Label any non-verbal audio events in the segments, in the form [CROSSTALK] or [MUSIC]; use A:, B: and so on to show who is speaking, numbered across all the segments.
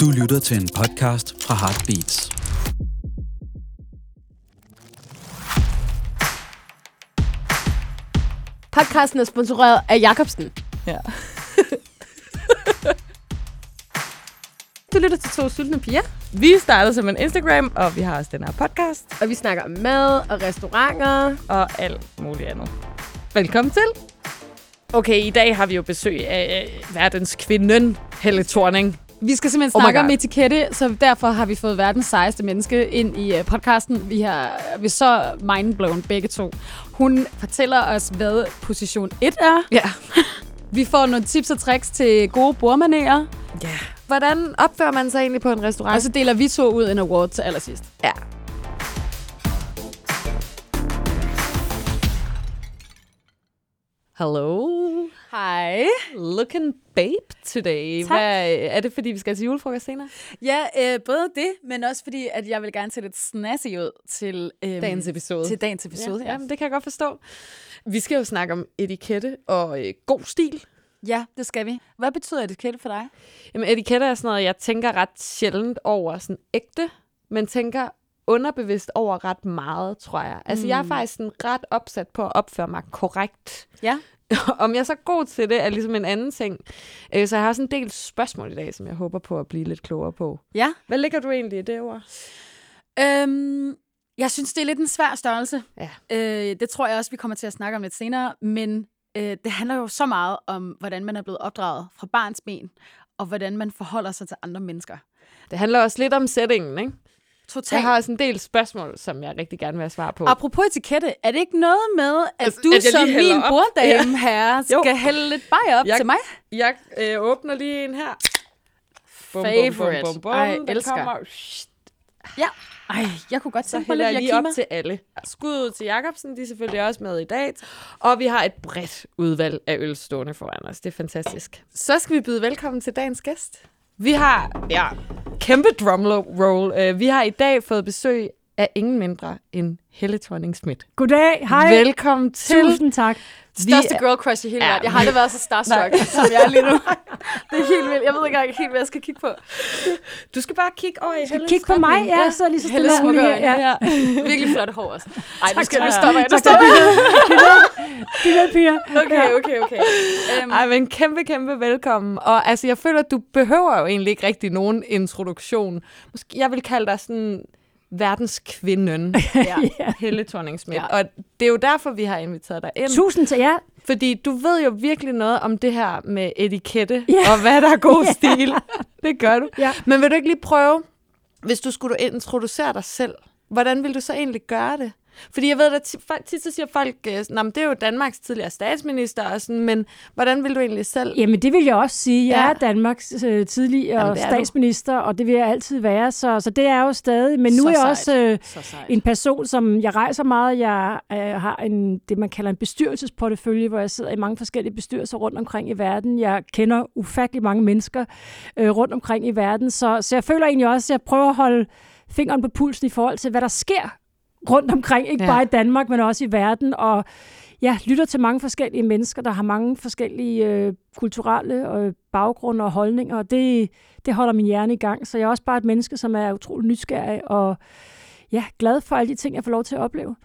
A: Du lytter til en podcast fra Heartbeats.
B: Podcasten er sponsoreret af Jacobsen.
C: Ja.
B: Du lytter til to sultne piger,
C: Vi startede som en Instagram, og vi har også den her podcast
B: og vi snakker om mad og restauranter.
C: og alt muligt andet. Velkommen til. Okay, i dag har vi jo besøg af øh, verdens kvinden, Helle Thorning.
D: Vi skal simpelthen
C: Oh my
D: snakke
C: God.
D: om etikette, så derfor har vi fået verdens sejeste menneske ind i øh, podcasten. Vi har vi er så mindblown begge to. Hun fortæller os, hvad position 1 er.
C: Ja.
D: Vi får nogle tips og tricks til gode bordmanerer.
C: Ja.
B: Hvordan opfører man sig egentlig på en restaurant?
D: Og så deler vi to ud en award til allersidst.
C: Ja. Hello.
D: Hej.
C: Looking babe today.
D: Tak.
C: Hvad, Øh, er det, fordi vi skal til julefrokost senere?
D: Ja, øh, både det, men også fordi, at jeg vil gerne se lidt snassy ud til, øh,
C: Dagens episode.
D: til dagens episode.
C: ja. Jamen, det kan jeg godt forstå. Vi skal jo snakke om etikette og øh, god stil.
D: ja, det skal vi. Hvad betyder etikette for dig?
C: Jamen, etiketter er sådan noget, jeg tænker ret sjældent over sådan ægte, men tænker underbevidst over ret meget, tror jeg. Altså, mm. jeg er faktisk sådan ret opsat på at opføre mig korrekt.
D: Ja.
C: [LAUGHS] Om jeg er så god til det, er ligesom en anden ting. Øh, Så jeg har også en del spørgsmål i dag, som jeg håber på at blive lidt klogere på.
D: Ja.
C: Hvad ligger du egentlig i det ord?
D: Øhm, jeg synes, det er lidt en svær størrelse.
C: Ja.
D: Øh, det tror jeg også, vi kommer til at snakke om lidt senere. Men øh, det handler jo så meget om, hvordan man er blevet opdraget fra barns ben, og hvordan man forholder sig til andre mennesker.
C: Det handler også lidt om settingen, ikke? Jeg
D: Totalt.
C: har
D: Har...
C: også en del spørgsmål, som jeg rigtig gerne vil have svar på.
D: Apropos etikette, er det ikke noget med, at
C: Altså,
D: altså, du
C: at jeg lige
D: som
C: hælder
D: min
C: op?
D: borddame
B: [LAUGHS]
D: herre
C: Jo.
D: skal hælde lidt bajer op
C: Jeg-
D: jeg... til mig?
C: Jeg øh, åbner lige en her. Bum,
D: Favorite.
C: Bum, bum, bum, bum.
D: Ej,
C: Den
D: elsker.
C: Kommer. Shh,
D: Ej, jeg kunne godt
C: Så
D: tænke mig
C: hælder
D: lidt
C: jeg lige op
D: yakima.
C: til alle. Skud ud til Jacobsen, de er selvfølgelig også med i dag. Og vi har et bredt udvalg af øl stående foran os. Det er fantastisk. Så skal vi byde velkommen til dagens gæst. Vi har, ja, kæmpe drumroll. Øh, Vi har i dag fået besøg af ingen mindre end Helle thorning Schmidt.
E: Goddag, hej.
C: Velkommen til.
E: Tusind tak.
C: Vi
B: Største girl crush i hele
C: Ja,
B: verden. Jeg har aldrig været så starstruck, som jeg er lige
C: [LAUGHS]
B: nu. Det er helt vildt. Jeg ved ikke engang helt, hvad jeg skal kigge på.
C: du skal bare kigge over i Helle.
E: Kig på mig, ja, jeg sidder lige så
B: Helle
E: stille og roligt her.
B: smukkere
E: Ja.
C: Ja.
B: Virkelig flot hår også. Ej, nu, skal,
C: tak.
B: nu stopper jeg. Nu
E: Tak,
B: stopper jeg.
E: De der piger.
B: Okay, okay, okay. Øhm,
C: Ej, men kæmpe, kæmpe velkommen. Og altså, jeg føler, at du behøver jo egentlig ikke rigtig nogen introduktion. Måske, jeg vil kalde dig sådan
E: [LAUGHS]
C: verdenskvinden,
B: ja.
C: Helle thorning
B: Ja.
C: ja. Og det er jo derfor, vi har inviteret dig ind.
E: Tusind til jer.
C: Fordi du ved jo virkelig noget om det her med etikette,
E: [LAUGHS] Ja.
C: og hvad der er god stil. Det gør du.
E: Ja.
C: Men vil du ikke lige prøve, hvis du skulle introducere dig selv, hvordan vil du så egentlig gøre det? Fordi jeg ved, at ti- folk- tit så siger folk, øh, sådan, "Nå, men det er jo Danmarks tidligere statsminister, og sådan, men hvordan vil du egentlig selv
E: Jamen, det vil jeg også sige. Jeg
C: Ja.
E: er Danmarks øh, tidligere
C: Jamen, det er du.
E: statsminister, og det vil jeg altid være. Så, så det er jeg jo stadig. Men nu
B: Så
E: er jeg
B: sejt.
E: også øh,
B: Så sejt.
E: en person, som jeg rejser meget. Jeg øh, har en, det, man kalder en bestyrelsesportefølje, hvor jeg sidder i mange forskellige bestyrelser rundt omkring i verden. Jeg kender ufattelig mange mennesker øh, rundt omkring i verden. Så, så jeg føler egentlig også, at jeg prøver at holde fingeren på pulsen i forhold til, hvad der sker rundt omkring. Ikke
C: Ja.
E: ja. bare i Danmark, men også i verden. Og jeg lytter til mange forskellige mennesker, der har mange forskellige øh, kulturelle øh, baggrunde og holdninger. Og det, det holder min hjerne i gang. Så jeg er også bare et menneske, som er utrolig nysgerrig og ja, glad for alle de ting, jeg får lov til at opleve.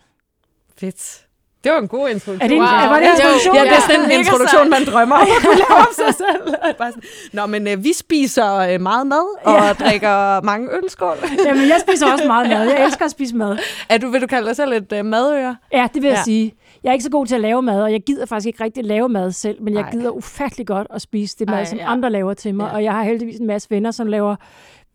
C: Fedt. Det var en god introduktion.
E: Er det en- Wow. er- var det en introduktion?
C: Ja, det er
E: Ja.
C: sådan en
B: Mega
C: introduktion,
B: sejt.
C: man drømmer [LAUGHS] om at kunne
E: [LAUGHS]
C: lave om sig selv. Bare sådan, Nå, men øh, vi spiser øh, meget mad og ja. drikker mange ølskål.
E: Jamen, jeg spiser også meget mad. Jeg elsker at spise mad.
C: Er du, vil du kalde dig selv et øh, madører?
E: Ja, det vil jeg
C: Ja.
E: sige. Jeg er ikke så god til at lave mad, og jeg gider faktisk ikke rigtig lave mad selv, men jeg
C: Ej.
E: gider ufattelig godt at spise det mad,
B: Ej,
E: som
B: ja.
E: andre laver til mig.
C: Ja.
E: Og jeg har heldigvis en masse venner, som laver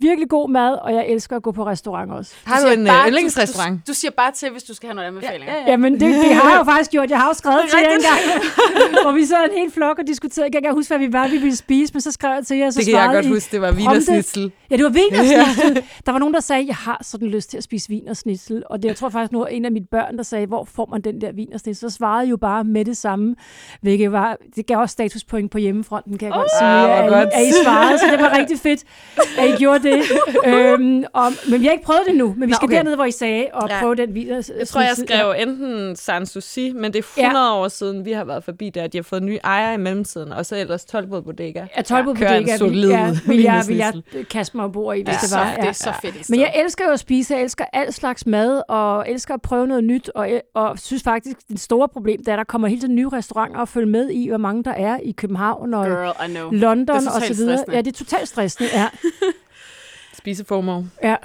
E: virkelig god mad, og jeg elsker at gå på restaurant også.
C: Har du
B: siger
C: en
B: bare-
C: øh, yndlingsrestaurant?
B: Du, du, du siger bare til, hvis du skal have nogle anbefalinger.
E: Ja. Jamen, det, det har jeg jo faktisk gjort. Jeg har jo skrevet til jer en gang, hvor vi sad en hel flok og diskuterede. Jeg kan ikke huske, hvad vi var, vi ville spise, men så skrev jeg til jer, så
C: Det kan jeg
E: svarede
C: godt
E: I
C: huske, det var
E: prompte.
C: vinersnitzel.
E: Ja, det var vinersnitzel. Der var nogen, der sagde, jeg har sådan lyst til at spise vinersnitzel. Og det, jeg tror faktisk, nu var en af mine børn, der sagde, hvor får man den der vinersnitzel? Så svarede jeg jo bare med det samme, hvilket var, det gav også statuspoint på hjemmefronten, kan jeg godt sige,
C: Ah, hvor
E: at,
C: godt.
E: I- at I svarede, så det var rigtig fedt, at I gjorde
C: [LAUGHS]
E: det. øhm, og, men vi har ikke prøvet det nu, men vi
C: Nå,
E: skal
C: okay.
E: derned, hvor I sagde, og
C: Ja.
E: prøve den videre.
C: Jeg tror, jeg skrev enten Sanssouci, men det er 100 ja. år siden, vi har været forbi der, at de har fået nye ejere i mellemtiden, og så ellers 12 bodega.
E: Ja, tolvbod
C: kører en
E: bodega,
C: solid
E: vil, ja, vil, jeg, vil jeg
C: vinessel.
E: kaste mig ombord i, hvis
D: det,
E: det var.
D: det er så fedt et sted.
E: Men jeg elsker jo at spise, jeg elsker al slags mad, og elsker at prøve noget nyt, og, og synes faktisk, det store problem, det er, at der kommer hele tiden nye restauranter at følge med i, hvor mange der er i København og
B: Girl, I know.
E: London
B: Det er
E: og
B: totalt
E: så videre.
B: stressende.
E: Ja, det er totalt stressende. Ja.
C: Spise FOMO.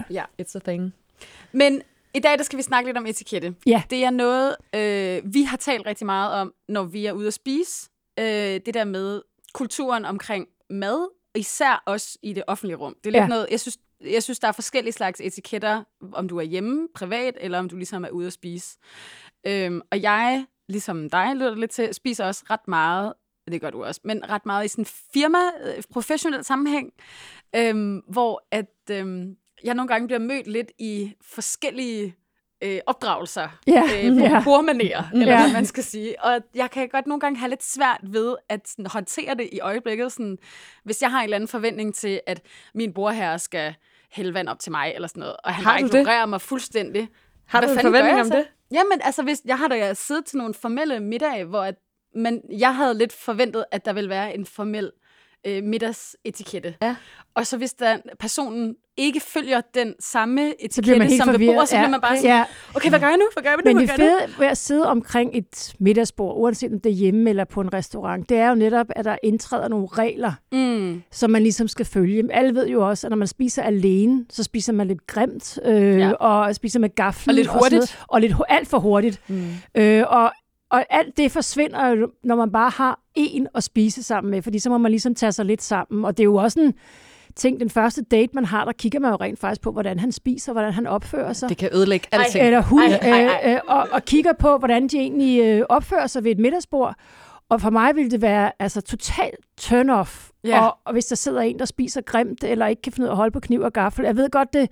E: ja.
C: It's a thing.
B: Men i dag der skal vi snakke lidt om etikette.
E: Ja.
B: Det er noget, øh, vi har talt rigtig meget om, når vi er ude at spise. Øh, det der med kulturen omkring mad, især også i det offentlige rum. Det er lidt
E: Ja.
B: ja. noget, jeg synes, jeg synes, der er forskellige slags etiketter, om du er hjemme, privat, eller om du ligesom er ude at spise. Øhm, og jeg, ligesom dig, lyder det lidt til, spiser også ret meget, det gør du også, men ret meget i sådan firma, øh, professionel sammenhæng, øhm, hvor at, øhm, jeg nogle gange bliver mødt lidt i forskellige øh, opdragelser
E: Ja,
B: øh, på
E: ja.
B: bordmanerer, eller
E: Ja.
B: hvad man skal sige. Og jeg kan godt nogle gange have lidt svært ved at sådan, håndtere det i øjeblikket. Sådan, hvis jeg har en eller anden forventning til, at min brorherre skal hælde vand op til mig, eller sådan noget, og han
C: Har
B: bare
C: du det?
B: ignorerer mig fuldstændig.
C: Har
B: Hvad
C: du en
B: fanden gør
C: forventning
B: jeg
C: om
B: så?
C: det?
B: Jamen, altså, hvis, jeg har da siddet til nogle formelle middage, hvor at, men jeg havde lidt forventet, at der ville være en formel øh, middagsetikette.
C: Ja.
B: Og så hvis der, personen ikke følger den samme
E: Så bliver man
B: etikette
E: helt
B: som
E: forvirret.
B: beboer, så bliver man bare sådan,
E: ja.
B: okay, hvad gør jeg nu? Hvad gør jeg nu?
E: Men
B: Hvad
E: det
B: gør jeg nu?
E: fede ved at sidde omkring et middagsbord, uanset om det er hjemme eller på en restaurant, det er jo netop, at der indtræder nogle regler,
B: Mm.
E: som man ligesom skal følge. Alle ved jo også, at når man spiser alene, så spiser man lidt grimt, øh,
B: Ja.
E: ja. og spiser med gaflen.
B: Og lidt
E: sådan noget.
B: hurtigt.
E: Og lidt hu- alt for hurtigt.
C: Mm.
E: Øh, og, og alt det forsvinder jo, når man bare har én at spise sammen med, fordi så må man ligesom tage sig lidt sammen. Og det er jo også en ting, den første date, man har, der kigger man jo rent faktisk på, hvordan han spiser, hvordan han opfører sig.
C: Det kan ødelægge alting.
E: Eller hun,
B: Ej, øhm, ej, ej.
E: Øh, øh, og, og kigger på, hvordan de egentlig øh, opfører sig ved et middagsbord. Og for mig ville det være altså, totalt turn-off.
B: Ja.
E: Og, og hvis der sidder en, der spiser grimt, eller ikke kan finde ud af at holde på kniv og gaffel. Jeg ved godt, det,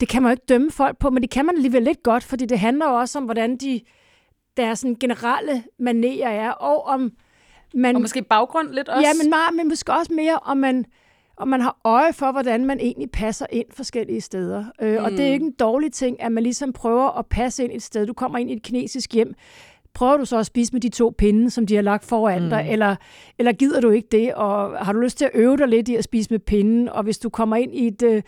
E: det kan man jo ikke dømme folk på, men det kan man alligevel lidt godt, fordi det handler jo også om, hvordan de, deres sådan, generelle manerer er, og om man...
B: Og måske baggrund lidt også.
E: Ja, men, meget, men måske også mere, om man, om man har øje for, hvordan man egentlig passer ind forskellige steder. Øh, mm. Og det er ikke en dårlig ting, at man ligesom prøver at passe ind et sted. Du kommer ind i et kinesisk hjem, prøver du så at spise med de to pinde, som de har lagt foran mm. dig, eller, eller gider du ikke det, og har du lyst til at øve dig lidt i at spise med pinden, og hvis du kommer ind i et øh,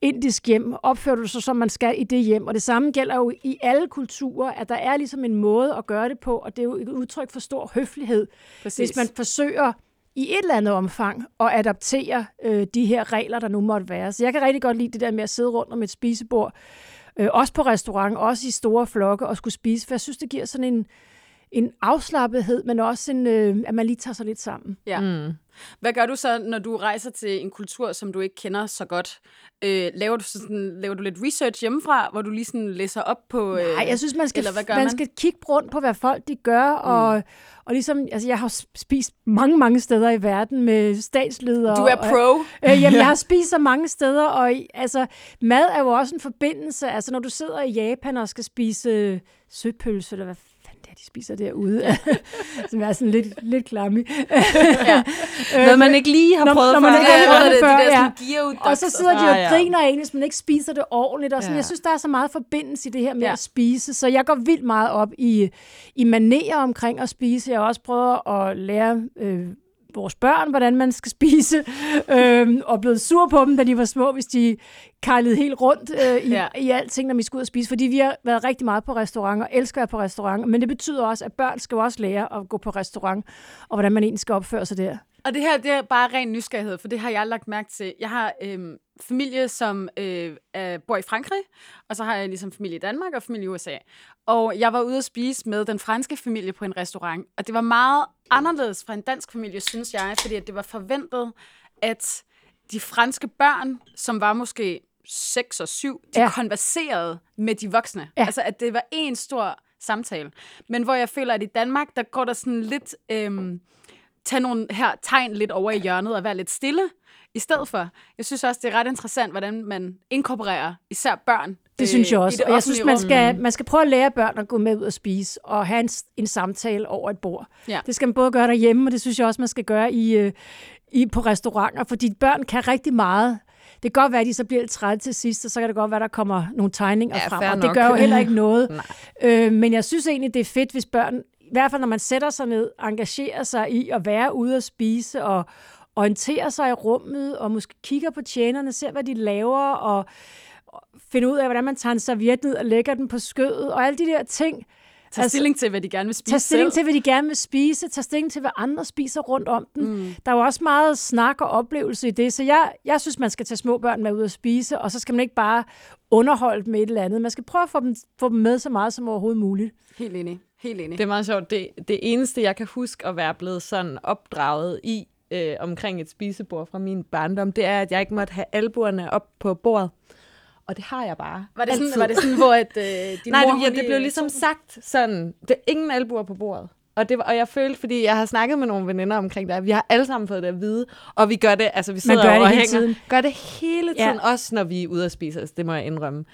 E: indisk hjem, opfører du dig så, som man skal i det hjem, og det samme gælder jo i alle kulturer, at der er ligesom en måde at gøre det på, og det er jo et udtryk for stor høflighed,
B: Præcis.
E: hvis man forsøger i et eller andet omfang at adaptere øh, de her regler, der nu måtte være. Så jeg kan rigtig godt lide det der med at sidde rundt om et spisebord, øh, også på restaurant, også i store flokke, og skulle spise, for jeg synes, det giver sådan en, en afslappethed, men også en, øh, at man lige tager sig lidt sammen.
B: Ja. Mm. Hvad gør du så, når du rejser til en kultur, som du ikke kender så godt? Øh, laver, du sådan, laver du lidt research hjemmefra, hvor du lige sådan læser op på... Øh,
E: Nej, jeg synes, man skal,
B: eller hvad gør
E: man?
B: man? Mm.
E: skal kigge rundt på, hvad folk de gør, og, og ligesom, altså jeg har jo spist mange, mange steder i verden med statsledere.
B: du er
E: og-
B: pro.
E: Øh, jamen,
B: [LAUGHS]
E: jeg har spist så mange steder, og i- altså, mad er jo også en forbindelse. Altså, når du sidder i Japan og skal spise øh, søpølse, eller hvad fanden det er, de spiser derude, [LAUGHS] som er sådan lidt, lidt klamme. ja.
C: Noget, man ikke lige har
E: Når-
C: prøvet
E: når man
C: før.
E: ikke har
C: Ja,
E: prøvet
C: ja.
E: det før, ja.
B: ja.
E: Og så sidder de
C: Ah, ja.
E: og griner af en, hvis man ikke spiser det ordentligt. Og sådan.
C: Ja.
E: Ja. Jeg synes, der er så meget forbindelse i det her med
B: Ja.
E: ja. at spise. Så jeg går vildt meget op i, i manerer omkring at spise. Jeg har også prøvet at lære øh, vores børn, hvordan man skal spise. Øhm, og blevet sur på dem, da de var små, hvis de kejlede helt rundt øh, i,
B: Ja.
E: ja. i alting, når vi skulle ud og spise. Fordi vi har været rigtig meget på restaurant, og elsker at være på restaurant. Men det betyder også, at børn skal jo også lære at gå på restaurant, og hvordan man egentlig skal opføre sig der.
B: Og det her, det er bare ren nysgerrighed, for det har jeg lagt mærke til. Jeg har øhm, familie, som øh, er, bor i Frankrig, og så har jeg ligesom familie i Danmark og familie i USA. Og jeg var ude at spise med den franske familie på en restaurant, og det var meget anderledes fra en dansk familie, synes jeg, fordi at det var forventet, at de franske børn, som var måske 6 og 7, de ja.
E: Ja.
B: konverserede med de voksne. Ja.
E: Ja.
B: Altså, at det var en stor samtale. Men hvor jeg føler, at i Danmark, der går der sådan lidt... Øhm, tage nogle her tegn lidt over i hjørnet og være lidt stille i stedet for. Jeg synes også, det er ret interessant, hvordan man inkorporerer især børn.
E: Det synes jeg også.
B: øh, i det
E: Og jeg synes,
B: offentlige
E: man
B: rum.
E: skal, man skal prøve at lære børn at gå med ud og spise, og have en, s- en samtale over et bord.
B: Ja.
E: Det skal man både gøre derhjemme, og det synes jeg også, man skal gøre i, øh, i på restauranter, fordi børn kan rigtig meget. Det kan godt være, at de så bliver lidt trætte til sidst, og så kan det godt være, at der kommer nogle tegninger
C: Ja,
E: ja,
C: fair
E: frem, og
C: nok.
E: det gør jo heller ikke
B: [LAUGHS]
E: noget.
C: Nej.
E: øh, men jeg synes egentlig, det er fedt, hvis børn, i hvert fald når man sætter sig ned, engagerer sig i at være ude og spise, og orienterer sig i rummet, og måske kigger på tjenerne, ser, hvad de laver, og finder ud af, hvordan man tager en serviet ned og lægger den på skødet, og alle de der ting.
B: Tag altså, stilling til, hvad de gerne vil spise
E: Tag stilling
B: selv.
E: til, hvad de gerne vil spise. Tag stilling til, hvad andre spiser rundt om den. Mm. Der er jo også meget snak og oplevelse i det, så jeg, jeg synes, man skal tage små børn med ud at spise, og så skal man ikke bare underholde dem med et eller andet. Man skal prøve at få dem, få dem med så meget som overhovedet muligt.
B: Helt enig. Helt enig.
C: Det er meget sjovt. Det, det eneste, jeg kan huske at være blevet sådan opdraget i øh, omkring et spisebord fra min barndom, det er, at jeg ikke måtte have albuerne op på bordet. Og det har jeg bare.
B: Var det, sådan,
C: altid.
B: var det sådan, hvor at, øh, din
C: Nej, det, ja,
B: mor... hun
C: det
B: lige-
C: blev ligesom sagt sådan, det er ingen albuer på bordet. Og, det var, og jeg følte, fordi jeg har snakket med nogle veninder omkring det, at vi har alle sammen fået det at vide, og vi gør det, altså vi sidder
E: gør det
C: over og
E: hele
C: hænger,
E: tiden.
C: gør det hele
E: Ja.
C: tiden, ja. også når vi er ude og spise, altså, det må jeg indrømme.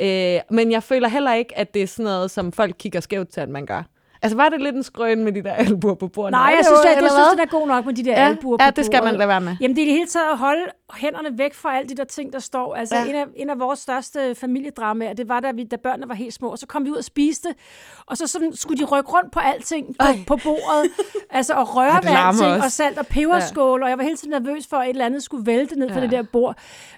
C: Øh, men jeg føler heller ikke, at det er sådan noget, som folk kigger skævt til, at man gør. Altså var det lidt en skrøn med de der albuer på bordet?
E: Nej,
C: Er
E: jeg
C: det
E: synes,
C: jo-
E: jeg, jeg
C: eller
E: synes,
C: hvad?
E: den er god nok med de der
C: Ja,
E: albuer
C: ja,
E: på
C: det skal
E: bordet.
C: man lade være med.
E: Jamen, det er i det hele taget at holde hænderne væk fra alle de der ting, der står. Altså,
C: Ja.
E: ja. en, af, en af vores største familiedramaer, det var, da, vi, da børnene var helt små, og så kom vi ud og spiste, og så sådan, skulle de rykke rundt på alting på, på
C: [LAUGHS]
E: bordet, altså og røre
C: det
E: ved
C: larmer
E: alting,
C: også.
E: og salt og peberskål, ja. og jeg var hele tiden nervøs for, at et eller andet skulle vælte ned fra det der bord.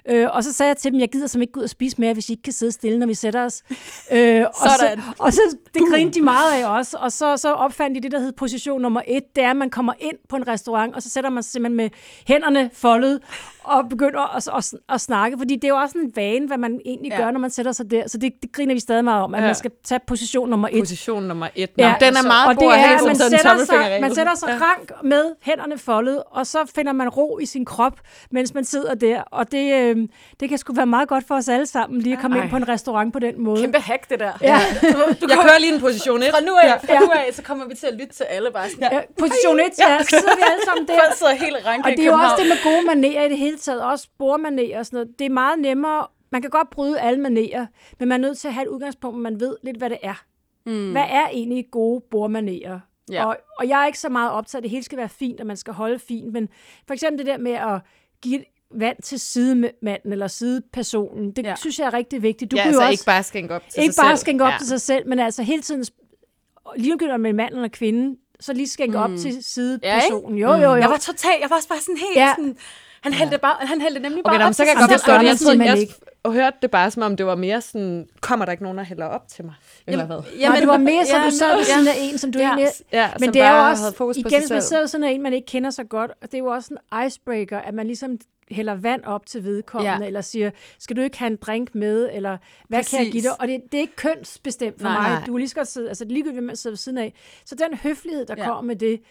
E: Øh, og så sagde jeg til dem, jeg gider som ikke gå ud og spise mere, hvis I ikke kan sidde stille, når vi sætter os. Øh, og, så,
B: Sådan.
E: og så, det grinte de meget af også, og så, så opfandt de det, der hed position nummer et, det er, at man kommer ind på en restaurant, og så sætter man sig simpelthen med hænderne foldet, og begynder at, at, at snakke, fordi det er jo også en vane, hvad man egentlig
B: Ja.
E: ja. gør, når man sætter sig der, så det, det griner vi stadig meget om, at
C: Ja.
E: ja. man skal tage position nummer et.
C: Position nummer et. Nå, ja, den er
E: så-
C: meget
E: og det
C: god at
E: er,
C: have
E: at
C: som
E: man
C: sådan en
E: sætter, sig,
C: tommelfingerregel.
E: man sætter sig rank med hænderne foldet, og så finder man ro i sin krop, mens man sidder der. Og det, øh, det kan sgu være meget godt for os alle sammen, lige at komme Ej. ind på en restaurant på den måde.
B: Kæmpe hack, det der.
E: Ja.
B: Du
C: Jeg
B: kommer,
C: kører lige en position et.
B: fra nu af, fra
E: Ja.
B: nu af, så kommer vi til at lytte til alle bare sådan.
E: Ja, Øh, Position 1, ja, så sidder vi alle sammen der.
B: Folk sidder helt ranke
E: Og
B: i
E: det er jo også
B: København.
E: det med gode manerer i det hele taget, også bordmanerer og sådan noget. Det er meget nemmere. Man kan godt bryde alle manerer, men man er nødt til at have et udgangspunkt, hvor man ved lidt, hvad det er. Mm. Hvad er egentlig gode bordmanerer?
B: Ja.
E: Og, og jeg er ikke så meget optaget, af, at det hele skal være fint, og man skal holde fint, men for eksempel det der med at give vand til sidemanden eller sidepersonen, det
B: Ja.
E: ja. synes jeg er rigtig vigtigt. Du
C: ja,
E: kunne
C: altså
E: jo også,
C: ikke bare skænke op til
E: ikke
C: sig
E: bare
C: selv.
E: skænke op
C: Ja.
E: ja. til sig selv, men altså hele tiden, lige nu om med en mand eller en kvinde, så lige skænke mm. op til sidepersonen. Jo, jo, jo.
C: Mm.
B: Jeg var total, jeg var også bare sådan helt
E: Ja.
B: sådan... Han hældte, bare, han hældte nemlig bare
C: Okay, nå, men
B: op
C: så kan
B: til
C: jeg godt
B: sig
E: det
C: forstå
B: selv.
E: gør
C: det. Jeg, troede,
E: man
C: jeg
E: simpelthen
C: f- hørte det bare, som om det var mere sådan, kommer der ikke nogen, der hælder op til mig? Eller hvad?
E: Jamen, Nej, det var mere, så
B: ja,
E: du sad ved
B: ja.
E: siden af en, som du
B: Ja,
E: ja, egentlig...
C: ja, som
E: men det er
C: bare
E: jo også,
C: havde fokus på
E: igen,
C: sig
E: hvis man
C: selv.
E: sidder ved siden af en, man ikke kender så godt, og det er jo også en icebreaker, at man ligesom hælder vand op til vedkommende,
B: Ja.
E: ja. eller siger, skal du ikke have en drink med, eller hvad Præcis. kan jeg
B: Præcis.
E: give dig? Og det, det er ikke kønsbestemt for
B: Nej.
E: mig. Du kan lige så godt sidde, altså ligegyldigt, hvem man sidder ved siden af. Så den høflighed, der
B: Ja.
E: ja. kommer med det,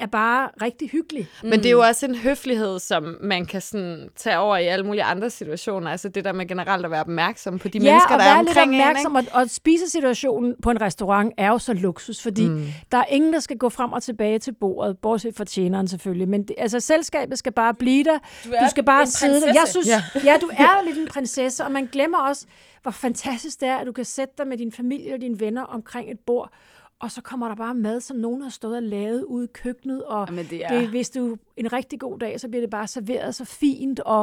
E: er bare rigtig hyggelig.
C: Men det er jo også en høflighed, som man kan sådan tage over i alle mulige andre situationer. Altså det der med generelt at være opmærksom på de mennesker,
E: og
C: der er
E: være lidt
C: omkring en.
E: opmærksom,
C: ikke?
E: og, og spisesituationen på en restaurant er jo så luksus, fordi mm. der er ingen, der skal gå frem og tilbage til bordet, bortset fra tjeneren selvfølgelig. Men det, altså, selskabet skal bare blive der. Du,
B: er
E: du skal bare
B: en
E: sidde der. Jeg
B: prinsesse.
E: synes, ja. ja, du er jo lidt en prinsesse, og man glemmer også, hvor fantastisk det er, at du kan sætte dig med din familie og dine venner omkring et bord, og så kommer der bare mad, som nogen har stået og lavet ude i køkkenet, og
B: Jamen, det er-
E: Det, hvis du en rigtig god dag, så bliver det bare serveret så fint, og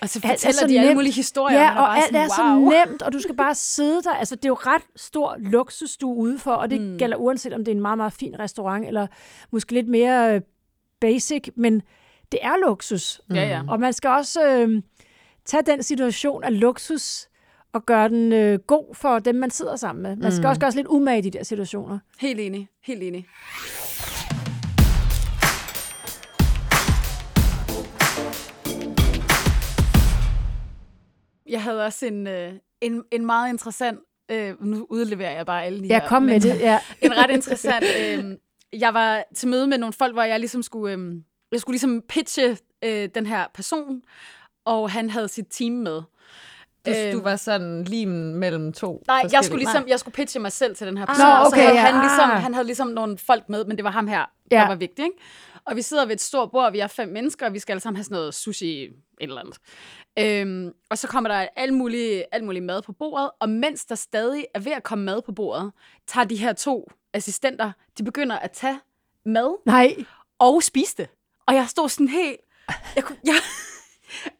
B: Og så
E: alt er
B: Altså, fortæller
E: så
B: de alle
E: nemt.
B: mulige historier,
E: Ja,
B: man er
E: og
B: bare
E: alt er
B: sådan,
E: så
B: wow.
E: nemt, og du skal bare sidde der. Altså, det er jo ret stor luksus, du er ude for, og det mm. gælder uanset, om det er en meget, meget fin restaurant, eller måske lidt mere øh, basic, men det er luksus.
B: Ja, ja.
E: Og man skal også øh, tage den situation af luksus og gøre den øh, god for dem, man sidder sammen med. Man skal mm. også gøre sig lidt umage i de der situationer.
B: Helt enig, helt enig. Jeg havde også en, øh, en, en meget interessant, øh, nu udleverer jeg bare alle de
E: Ja,
B: her,
E: kom med
B: men-
E: det. Ja.
B: en ret interessant... Øh, jeg var til møde med nogle folk, hvor jeg ligesom skulle, øh, jeg skulle ligesom pitche øh, den her person, og han havde sit team med.
C: Du, du var sådan limen mellem to
B: Nej, jeg skulle
C: forskellige-
B: ligesom, jeg skulle pitche mig selv til den her person.
E: Nå,
B: og så
E: Ah, okay,
B: havde
E: ja.
B: han, ligesom,
E: Ah.
B: han havde ligesom nogle folk med, men det var ham her, ja. der
E: Ja.
B: var vigtig. Ikke? Og vi sidder ved et stort bord, og vi er fem mennesker, og vi skal alle sammen have sådan noget sushi et eller andet. Øhm, og så kommer der alt muligt, alt muligt mad på bordet, og mens der stadig er ved at komme mad på bordet, tager de her to assistenter, de begynder at tage mad
E: Nej,
B: og spise det. Og jeg [LAUGHS] stod sådan helt... Jeg, kunne, jeg,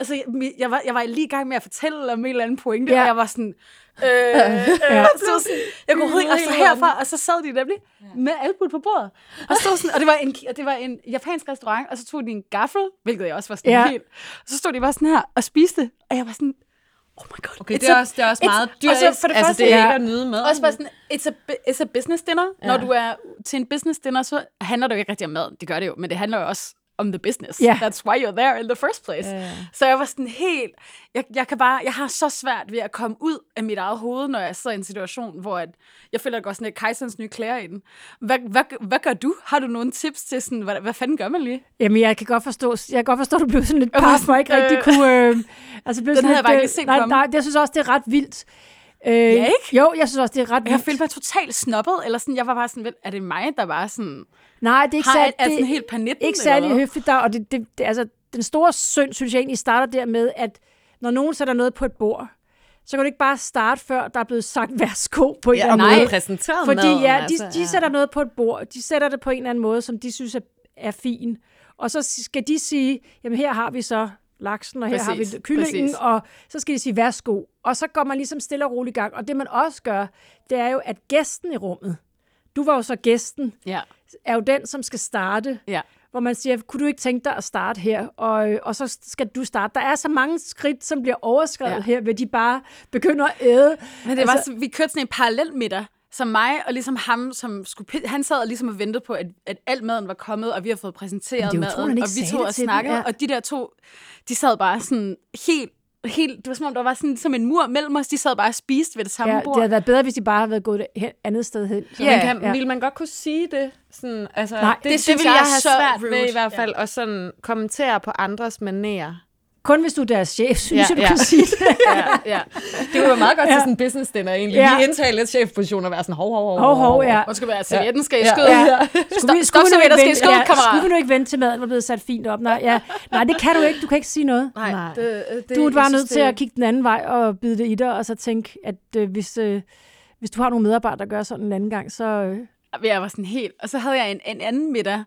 B: altså, jeg- jeg var, jeg var lige i gang med at fortælle om en eller anden pointe,
E: Ja.
B: ja. og jeg var sådan, øh, øh, [LAUGHS] og så var sådan, jeg kunne overhovedet ikke, og så herfra, og så sad de nemlig med albuen på bordet, og stod sådan, og det var en, og det var en japansk restaurant, og så tog de en gaffel, hvilket jeg også var sådan
E: Ja.
B: ja. helt, og så stod de bare sådan her og spiste, og jeg var sådan, oh my god.
C: Okay,
B: it's
C: det er
B: a-
C: også, det er også
B: it's-
C: meget
B: og så
C: dyrt.
B: for det
C: altså,
B: første-
C: det er
B: Ja.
C: ikke at nyde med.
B: Også bare sådan, it's a, bu- it's a business dinner. Ja. Når du er til en business dinner, så handler det jo ikke rigtig om mad. Det gør det jo, men det handler jo også om the business.
E: Ja.
B: That's why you're there in the first place.
C: Ja.
B: Så jeg var sådan helt... Jeg, jeg, kan bare, jeg har så svært ved at komme ud af mit eget hoved, når jeg sidder i en situation, hvor at, jeg føler, at jeg går sådan lidt kejserens nye klæder i den. Hvad, hvad, hvad gør du? Har du nogle tips til sådan, hvad, hvad fanden gør man lige?
E: Jamen, jeg kan godt forstå, jeg kan godt forstå at du blev sådan lidt
B: Jeg var
E: paf, og ikke
B: sådan,
E: rigtig
B: øh,
E: kunne... Øh, altså, blev
B: Den havde jeg bare
E: øh,
B: ikke set
E: nej,
B: komme.
E: nej, jeg synes også, det er ret vildt. Øh, ja,
B: ikke?
E: Jo, jeg synes også, det er ret vildt.
B: Jeg følte mig totalt snobbet, eller sådan, jeg var bare sådan, "Vel, er det mig, der var sådan,
E: Nej, det er ikke,
B: har
E: særlig,
B: alt- er
E: det,
B: sådan helt panitten,
E: ikke
B: eller
E: særlig
B: hvad?
E: høfligt der, og det, det, det, altså, den store synd, synes jeg egentlig, starter der med, at når nogen sætter noget på et bord, så kan du ikke bare starte, før der er blevet sagt værsgo på en
C: Ja,
E: eller
C: og
E: anden
C: måde
E: måde.
C: præsenteret
E: Fordi
C: maden,
E: ja, de,
C: altså,
E: de sætter noget på et bord, de sætter det på en eller anden måde, som de synes er, er fin. Og så skal de sige, jamen her har vi så laksen, og her
B: Præcis,
E: har vi kyllingen,
B: præcis.
E: og så skal de sige, værsgo. Og så går man ligesom stille og roligt i gang. Og det man også gør, det er jo, at gæsten i rummet, du var jo så gæsten,
B: Ja,
E: er jo den, som skal starte.
B: ja.
E: Hvor man siger, kunne du ikke tænke dig at starte her? Og, øh, og så skal du starte. Der er så mange skridt, som bliver overskrevet ja.
B: Ja.
E: her, ved de bare begynder at æde.
B: Men det altså, var, så- vi kørte sådan en parallel middag, som mig og ligesom ham, som skulle, pi- han sad og ligesom og ventede på, at, at alt maden var kommet, og vi har fået præsenteret
E: Men det er utroligt, han
B: maden,
E: ikke
B: og vi
E: sagde
B: to
E: det
B: og
E: til dem,
B: snakkede,
E: ja.
B: ja. og de der to, de sad bare sådan helt, helt, det var som om, der var sådan som en mur mellem os, de sad bare og spiste ved det samme
E: Ja,
B: ja,
E: det
B: bord.
E: havde været bedre, hvis de bare havde været gået et hen- andet sted hen.
C: Ja, man kan,
E: ja.
C: ja. Vil man godt kunne sige det? Sådan, altså,
E: Nej,
C: det,
B: det synes
C: ville
B: jeg
C: jeg
B: er
C: have
B: så
C: svært ved
B: rude.
C: i hvert fald, ja. og sådan kommentere på andres manerer.
E: Kun hvis du er deres chef, synes
C: Ja,
E: jeg, du
C: ja.
E: kan sige
B: [LAUGHS]
E: det.
B: ja, ja.
C: Det kunne være meget godt ja. til sådan en business dinner egentlig.
E: Ja.
C: Ja. Lige indtale lidt chefposition og være sådan hov, hov, hov.
E: Hov, hov, ja.
B: Og skulle være, at servietten skal i
C: Ja.
B: skødet.
E: Ja.
C: [LAUGHS]
B: Ja.
E: Skulle vi,
B: stop,
E: skulle, vi nu ikke
B: servietter, skal i
E: vente,
B: skål,
E: ja,
B: kammerat?
E: skulle vi nu ikke vente til maden var blevet sat fint op? Nej, ja. Nej, det kan du ikke. Du kan ikke sige noget.
C: Nej.
B: Nej, det, det,
E: Du er
B: jeg
E: bare
B: synes,
E: nødt til
B: det-
E: at kigge den anden vej og bide det i dig, og så tænke, at øh, hvis, øh, hvis du har nogle medarbejdere, der gør sådan en anden gang, så... Øh,
B: Men jeg var sådan helt... Og så havde jeg en, en anden middag,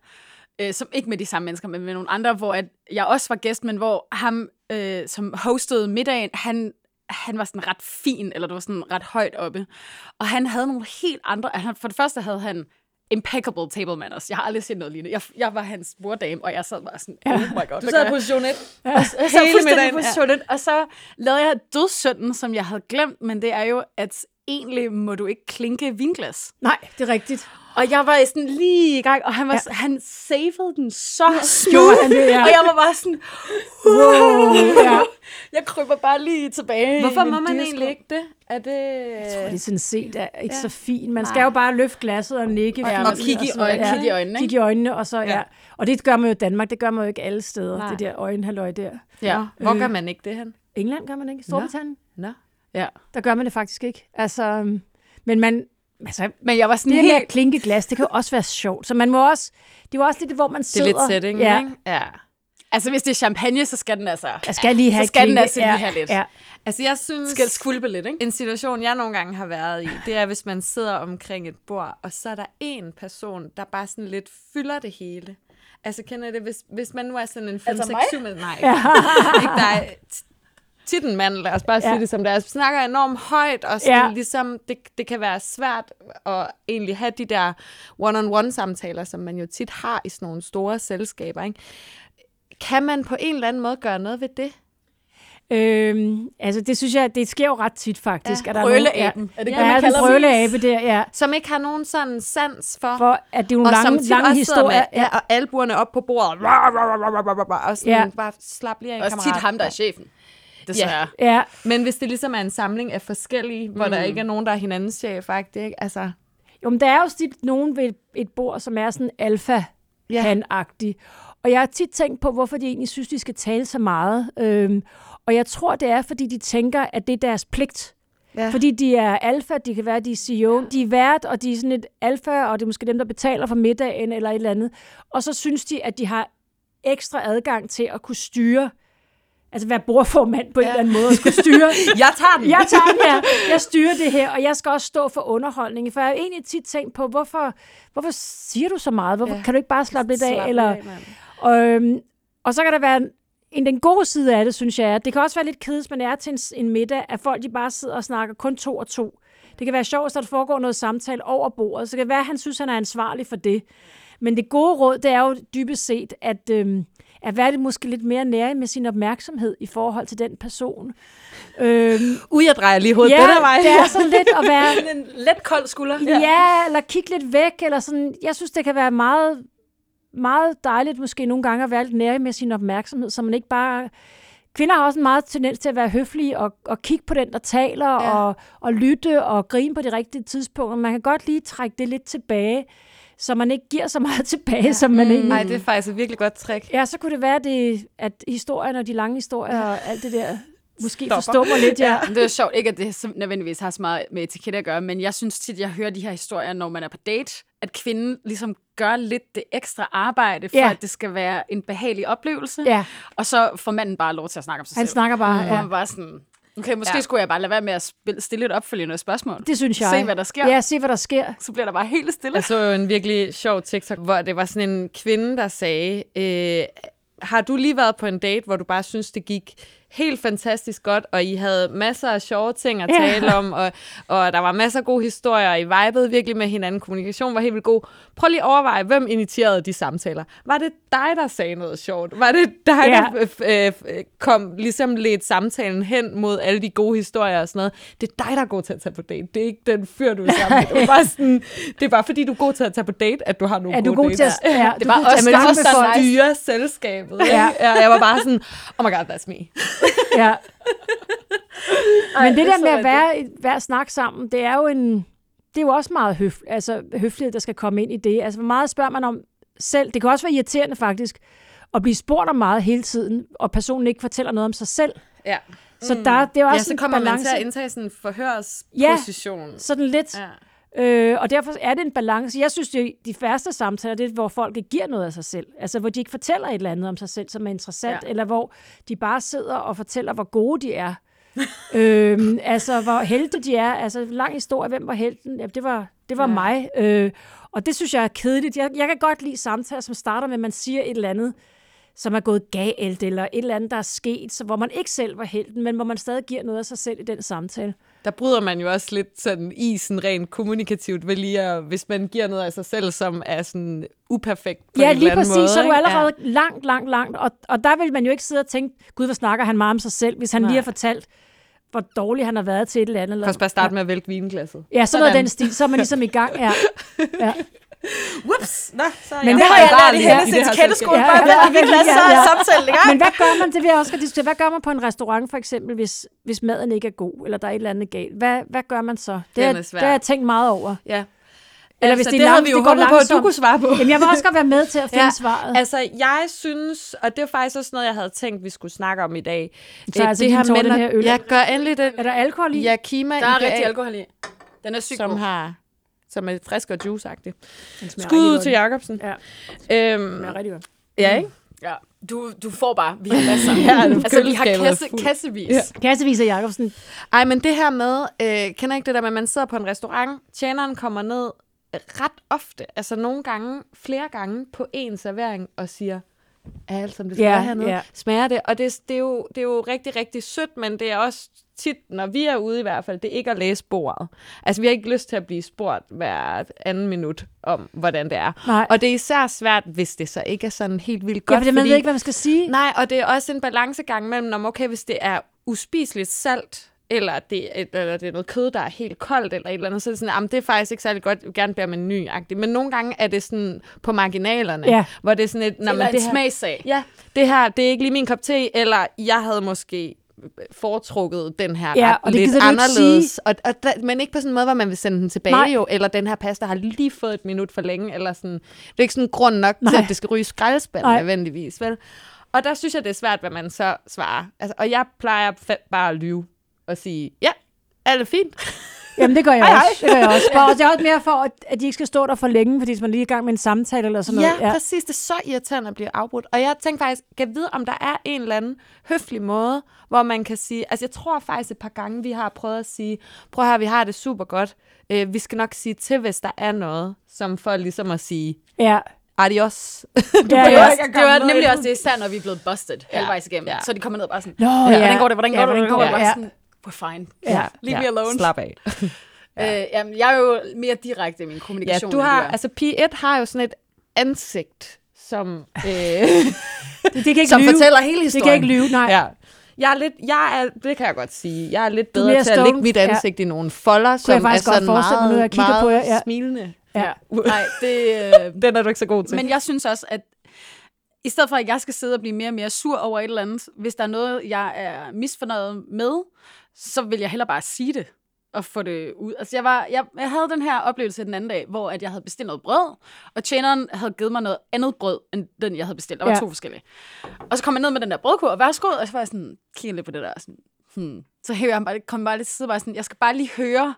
B: øh, som ikke med de samme mennesker, men med nogle andre, hvor at jeg også var gæst, men hvor ham, øh, som hostede middagen, han, han var sådan ret fin, eller det var sådan ret højt oppe. Og han havde nogle helt andre... Han, for det første havde han impeccable table manners. Jeg har aldrig set noget lignende. Jeg, jeg var hans morddame, og jeg sad bare sådan, oh my god.
C: Du sad i position 1. Ja.
B: Jeg sad
C: hele
B: fuldstændig
C: middagen,
B: på
C: ja.
B: søndagen, og så lavede jeg dødssynden, som jeg havde glemt, men det er jo, at egentlig må du ikke klinke vinglas.
E: nej, det er rigtigt.
B: Og jeg var sådan lige i gang, og han, var, ja. han savede den så
E: Gjorde
B: smooth.
E: han det, ja.
B: Og jeg var bare sådan,
E: Wow, ja.
B: jeg kryber bare lige tilbage.
C: Hvorfor
B: i min
C: må man
B: dyresko.
C: egentlig ikke det? Er det...
E: Det er sådan set er ikke ja. så fint. Man skal jo bare løfte glasset og nikke.
B: Ja,
E: fint
B: og kigge i
E: sådan noget.
B: øjnene,
E: Ja.
B: kigge i øjnene, ikke?
E: Kigge i øjnene, og så, ja.
C: Ja.
E: Og det gør man jo i Danmark. Det gør man jo ikke alle steder,
C: Nej.
E: det der øjenhalløj der.
B: Ja,
C: Hvor gør man ikke det hen?
E: England gør man ikke. Storbritannien.
C: Nå.
B: ja.
E: der gør man det faktisk ikke. Altså, øhm, men man, altså, det
B: Men jeg var sådan
E: her med at
B: helt...
E: klinke glas, det kan jo også være sjovt. Så man må også, det er jo også lidt, hvor man
C: Det er
E: sidder.
C: lidt setting,
E: ja.
C: ikke? Ja.
B: Altså, hvis det er champagne, så skal den altså...
E: Jeg skal lige have
B: så skal den
E: klinke.
B: altså lige have lidt.
E: Ja.
C: Altså, jeg synes...
B: Skal skvulpe lidt, ikke?
C: en situation, jeg nogle gange har været i, det er, hvis man sidder omkring et bord, og så er der en person, der bare sådan lidt fylder det hele. Altså, kender I det? Hvis, hvis man nu er sådan en 5
B: Altså
C: 6
B: mig?
C: 7 med mig. Ja. [LAUGHS] ikke dig. T- Tit en mand, lad os bare sige
E: Ja.
C: det som det er, snakker enormt højt, og sådan,
E: Ja.
C: ja. ligesom, det, det kan være svært at egentlig have de der one-on-one samtaler, som man jo tit har i sådan nogle store selskaber. Ikke? Kan man på en eller anden måde gøre noget ved det?
E: Øhm, altså, det synes jeg, det sker jo ret tit faktisk. Ja.
B: Brøleaben.
E: Ja.
B: Er det
E: Ja,
B: det, man
E: ja, den
B: kalder den?
E: brøleabe der, ja.
C: Som ikke har nogen sådan sans for,
E: For at det er jo en
C: og som
E: lang,
C: tit
E: lang
C: også sidder
E: historie.
C: med ja. og albuerne op på bordet. Rah, rah, rah, rah, rah, rah, rah, Og sådan
E: Ja.
C: ja. bare slap lige af,
B: Også
C: kammerat.
B: tit ham, der er chefen. Desværre.
E: Ja,
C: Men hvis det ligesom er en samling af forskellige, hvor der ikke er nogen, der er hinandens chef, faktisk, ikke? Altså,
E: jo, men der er jo tit nogen ved et bord, som er sådan alfa
C: Ja.
E: han Og jeg har tit tænkt på, hvorfor de egentlig synes, de skal tale så meget. Øhm, og jeg tror, det er, fordi de tænker, at det er deres pligt.
C: ja.
E: Fordi de er alfa, de kan være, de er CEO, de er vært, og de er sådan et alfa, og det er måske dem, der betaler for middagen eller et eller andet. Og så synes de, at de har ekstra adgang til at kunne styre, altså være bordformand på ja. en eller anden måde, og skulle styre.
C: [LAUGHS] jeg tager den.
E: Jeg tager den her, jeg styrer det her, og jeg skal også stå for underholdningen. For jeg har jo egentlig tit tænkt på, hvorfor, hvorfor siger du så meget? Hvorfor ja.
C: Ja.
E: kan du ikke bare slappe lidt af?
C: Slap
E: eller,
C: af, mand.
E: Øhm, og så kan der være en, den gode side af det, synes jeg, er, at det kan også være lidt kedeligt, men er til en, en middag, at folk de bare sidder og snakker kun to og to. Det kan være sjovt, at der foregår noget samtale over bordet, så det kan være, at han synes, han er ansvarlig for det. Men det gode råd, det er jo dybest set, at, øhm, at være lidt, måske lidt mere nære med sin opmærksomhed i forhold til den person. Øhm,
C: Ui, jeg drejer lige hovedet ja, den her vej.
E: det er sådan lidt at være...
B: En let kold skulder.
E: Ja, eller kigge lidt væk, eller sådan. Jeg synes, det kan være meget, meget dejligt måske nogle gange at være lidt nære med sin opmærksomhed, så man ikke bare... Kvinder har også en meget tendens til at være høflige og, og kigge på den, der taler, ja. og, og lytte og grine på de rigtige tidspunkter. Man kan godt lige trække det lidt tilbage, så man ikke giver så meget [LAUGHS] tilbage, ja. Mm. som man egentlig...
C: Nej, det er faktisk et virkelig godt trick.
E: Ja, så kunne det være, det, at historien og de lange historier og alt det der måske Stopper. forstummer lidt, ja.
B: Det er jo sjovt, ikke at det så nødvendigvis har så meget med etiket at gøre, men jeg synes tit, jeg hører de her historier, når man er på date, at kvinden ligesom gør lidt det ekstra arbejde, for
E: Ja.
B: ja. at det skal være en behagelig oplevelse.
E: Ja.
B: Og så får manden bare lov til at snakke om sig
E: Han
B: selv.
E: snakker bare,
B: Og
E: ja.
B: man bare sådan, okay, måske
C: Ja.
B: ja. skulle jeg bare lade være med at spille, stille et opfølgende spørgsmål.
E: Det synes jeg.
B: Se, hvad der sker.
E: Ja, se, hvad der sker.
B: Så bliver der bare helt stille.
C: Jeg så jo en virkelig sjov TikTok, hvor det var sådan en kvinde, der sagde, øh, har du lige været på en date, hvor du bare synes, det gik helt fantastisk godt, og I havde masser af sjove ting at
E: Ja.
C: tale om, og, og der var masser af gode historier, og I vibede virkelig med hinanden, kommunikation var helt vildt god. Prøv lige at overveje, hvem initierede de samtaler? Var det dig, der sagde noget sjovt? Var det dig,
E: Ja.
C: ja. der øh, øh, kom ligesom lidt samtalen hen mod alle de gode historier og sådan noget? Det er dig, der er god til at tage på date. Det er ikke den fyr, du er sammen med. Det er bare, sådan, det er bare fordi, du er god til at tage på date, at du har nogle
E: Er du
C: gode
E: god
C: dates.
E: til at,
C: [LAUGHS]
E: ja, det
B: var
E: var
B: også-
E: også,
B: det var også
E: folk.
B: så
C: styre selskabet.
E: Ja.
C: Ja. ja. Jeg var bare sådan, oh my god, that's me.
E: [LAUGHS] Ja. Men det
C: det er
E: der
C: så
E: med at
C: rigtigt.
E: være, være snak sammen, det er jo en det er jo også meget høf, altså, høflighed, der skal komme ind i det. Altså, hvor meget spørger man om selv? Det kan også være irriterende faktisk at blive spurgt om meget hele tiden, og personen ikke fortæller noget om sig selv.
C: Ja.
E: Så der, det er jo
C: Ja,
E: også
C: så
E: en
C: kommer man til
E: [LAUGHS] balance.
C: at indtage sådan en
E: Ja.
C: forhørsposition.
E: Sådan lidt.
C: Ja.
E: Øh, og derfor er det en balance. Jeg synes, det de færreste samtaler, det er, hvor folk ikke giver noget af sig selv. Altså, hvor de ikke fortæller et eller andet om sig selv, som er interessant, ja.
C: Ja.
E: eller hvor de bare sidder og fortæller, hvor gode de er. [LAUGHS] øhm, altså, hvor helte de er. Altså, lang historie, hvem var helten? Jamen, det var, det var ja. mig. Øh, og det synes jeg er kedeligt. Jeg, jeg kan godt lide samtaler, som starter med, at man siger et eller andet, som er gået galt, eller et eller andet, der er sket, så hvor man ikke selv var helten, men hvor man stadig giver noget af sig selv i den samtale.
C: Der bryder man jo også lidt sådan isen rent kommunikativt, ved lige at, hvis man giver noget af sig selv, som er sådan uperfekt på
E: Ja,
C: en
E: lige
C: eller anden
E: præcis,
C: måde.
E: så er du
C: ikke?
E: allerede ja. langt, langt, langt. Og, og der vil man jo ikke sidde og tænke, gud, hvor snakker han meget om sig selv, hvis han Nej. lige har fortalt, hvor dårlig han har været til et eller andet.
C: Ja.
E: Eller,
C: Kan også bare starte med at vælte vinglasset.
E: ja, sådan noget af
C: Sådan.
E: den stil, så er man ligesom i gang.
C: [LAUGHS]
E: Ja. Ja.
B: Whoops! Nå, så er
E: Men
B: jeg
E: hvad har jeg
B: bare
E: lært
B: i
E: i
B: hendes
E: det her
B: etiketteskole,
E: selskab?
B: bare
E: Ja,
B: ved
E: ja,
B: at vi
E: ja,
B: lader så
E: ja.
B: er samtalen i gang.
E: Men hvad gør man, det vil jeg også godt diskutere, hvad gør man på en restaurant for eksempel, hvis, hvis maden ikke er god, eller der er et eller andet galt? Hvad, hvad gør man så? Det,
C: Den
E: har-
C: er
E: det
C: svær.
E: har jeg tænkt meget over.
C: Ja.
E: Eller hvis det er langt-
C: havde vi jo
E: det går
C: håbet på, at du
E: langsomt.
C: kunne svare på.
E: Jamen, jeg vil også godt være med til at finde ja.
C: [LAUGHS] Ja.
E: svaret.
C: Altså, jeg synes, og det er faktisk også noget, jeg havde tænkt, vi skulle snakke om i dag.
E: tager
C: Øh,
E: altså din tår, den her øl.
C: Jeg gør endelig den.
E: Er der alkohol i?
C: Yakima
B: Der er
C: IPA,
B: rigtig alkohol i. Den er sygt
C: som
B: god.
C: har som er frisk og juiceagtig.
E: smager
C: Skud
E: rigtig
C: ud
E: godt.
C: til Jacobsen.
E: Ja.
C: Øhm,
E: Ja, rigtig godt.
C: ja, ikke?
B: Ja. Du, du får bare, vi har masser.
C: Ja, du-
B: altså, vi har
C: køleskabet er
B: kasse,
C: fuldt.
B: kassevis.
C: Ja.
B: Ja.
E: Kasseviser Jacobsen.
C: Ej, men det her med, øh, kender I ikke det der med, at man sidder på en restaurant, tjeneren kommer ned ret ofte, altså nogle gange, flere gange på en servering og siger, er alt som det skal
E: Ja,
C: yeah, hernede,
E: ja.
C: yeah. smager det, og det, det, er jo, det er jo rigtig, rigtig sødt, men det er også tit, når vi er ude i hvert fald, det er ikke at læse bordet. Altså vi har ikke lyst til at blive spurgt hver anden minut om, hvordan det er.
E: Nej.
C: Og det er især svært, hvis det så ikke er sådan helt vildt
E: Ja,
C: godt.
E: fordi man ved ikke, hvad man skal sige.
C: Nej, og det er også en balancegang mellem, om okay, hvis det er uspiseligt salt, eller det, eller det er noget kød, der er helt koldt, eller et eller andet, så er det sådan, jamen, det er faktisk ikke særlig godt, jeg vil gerne bære med ny -agtigt. Men nogle gange er det sådan på marginalerne,
E: Ja.
C: hvor det er sådan et, Nå,
B: Eller
C: men det
B: en
C: her,
B: smagssag.
C: ja, det her, det er ikke lige min kop te, eller jeg havde måske foretrukket den her
E: Ja,
C: ret
E: og det
C: lidt
E: gider du ikke
C: anderledes. Og, og der, men ikke på sådan en måde, hvor man vil sende den tilbage
E: Nej.
C: jo, eller den her pasta har lige fået et minut for længe, eller sådan. Det er ikke sådan grund nok
E: Nej.
C: til, at det skal ryge i skraldespanden
E: Nej.
C: nødvendigvis, vel? Og der synes jeg, det er svært, hvad man så svarer. Altså, og jeg plejer fa- bare at lyve og sige, ja, alt er fint.
E: Jamen, det gør jeg
C: Hej,
E: også.
C: hej.
E: Det gør jeg
B: [LAUGHS]
E: også. Og det er også mere for, at- at de ikke skal stå der for længe, fordi hvis man lige er i gang med en samtale eller sådan noget.
C: Ja, ja, præcis. Det er så irriterende at blive afbrudt. Og jeg tænkte faktisk, kan jeg vide, om der er en eller anden høflig måde, hvor man kan sige... Altså, jeg tror faktisk et par gange, vi har prøvet at sige, prøv her, vi har det super godt. Øh, vi skal nok sige til, hvis der er noget, som for ligesom at sige,
E: ja.
C: Adios.
E: Ja,
B: Det
E: ja.
B: var, det var nemlig også det især, når vi er blevet busted ja. halvvejs igennem. Ja. Så de kommer ned og bare sådan,
E: Nå,
B: ja.
E: ja.
B: hvordan går det, hvordan går
E: Ja,
B: det, hvordan går det?
E: hvordan
B: Ja.
E: går
B: Bare
E: det?
B: sådan, we're fine.
E: Ja.
B: Leave me alone.
C: Slap af.
B: Øh, jamen, jeg er jo mere direkte i min
C: Ja,
B: kommunikation.
C: du
B: end
C: har,
B: er.
C: altså P1 har jo sådan et ansigt, som... Øh,
E: Det kan ikke
B: som
E: lyve.
B: fortæller hele
E: det
B: historien.
E: kan ikke lyve, nej.
C: ja. Jeg er lidt, jeg er, det kan jeg godt sige, jeg er lidt
E: er
C: bedre
E: mere
C: til at lægge
E: stone.
C: mit
E: Ja.
C: ansigt ja. i nogle folder, som er
E: faktisk godt
C: sådan
E: forestille mig
C: meget,
E: nu, jeg kigger
C: meget
E: på jer. Ja.
C: smilende.
E: Ja.
B: Nej, det... Øh,
C: Den er du ikke så god til.
B: men jeg synes også, at i stedet for, at jeg skal sidde og blive mere og mere sur over et eller andet, hvis der er noget, jeg er misfornøjet med, så vil jeg hellere bare sige det og få det ud. Altså, jeg, var, jeg, jeg havde den her oplevelse den anden dag, hvor at jeg havde bestilt noget brød, og tjeneren havde givet mig noget andet brød, end den, jeg havde bestilt. Der var ja.
E: Ja.
B: to forskellige. Og så kom jeg ned med den der brødkur, og værsgo, og så var jeg sådan, kigge lidt på det der, og sådan, hmm. Så hæver jeg bare, kom bare lidt til side, og var sådan, jeg skal bare lige høre,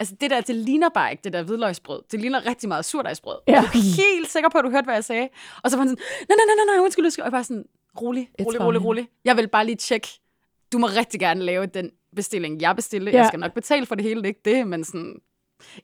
B: altså det der, det ligner bare ikke det der hvidløgsbrød. Det ligner rigtig meget surdejsbrød.
E: Ja.
B: Ja. Jeg er helt sikker på, at du hørte, hvad jeg sagde. Og så var han sådan, nej, nej, nej, nej, nej, undskyld, undskyld. Og jeg bare sådan, rolig, rolig, rolig,
E: fine.
B: rolig. Jeg vil bare lige tjekke. Du må rigtig gerne lave den bestilling, jeg bestilte. Ja. Jeg
E: Ja.
B: skal nok betale for det hele, det er ikke det, men sådan...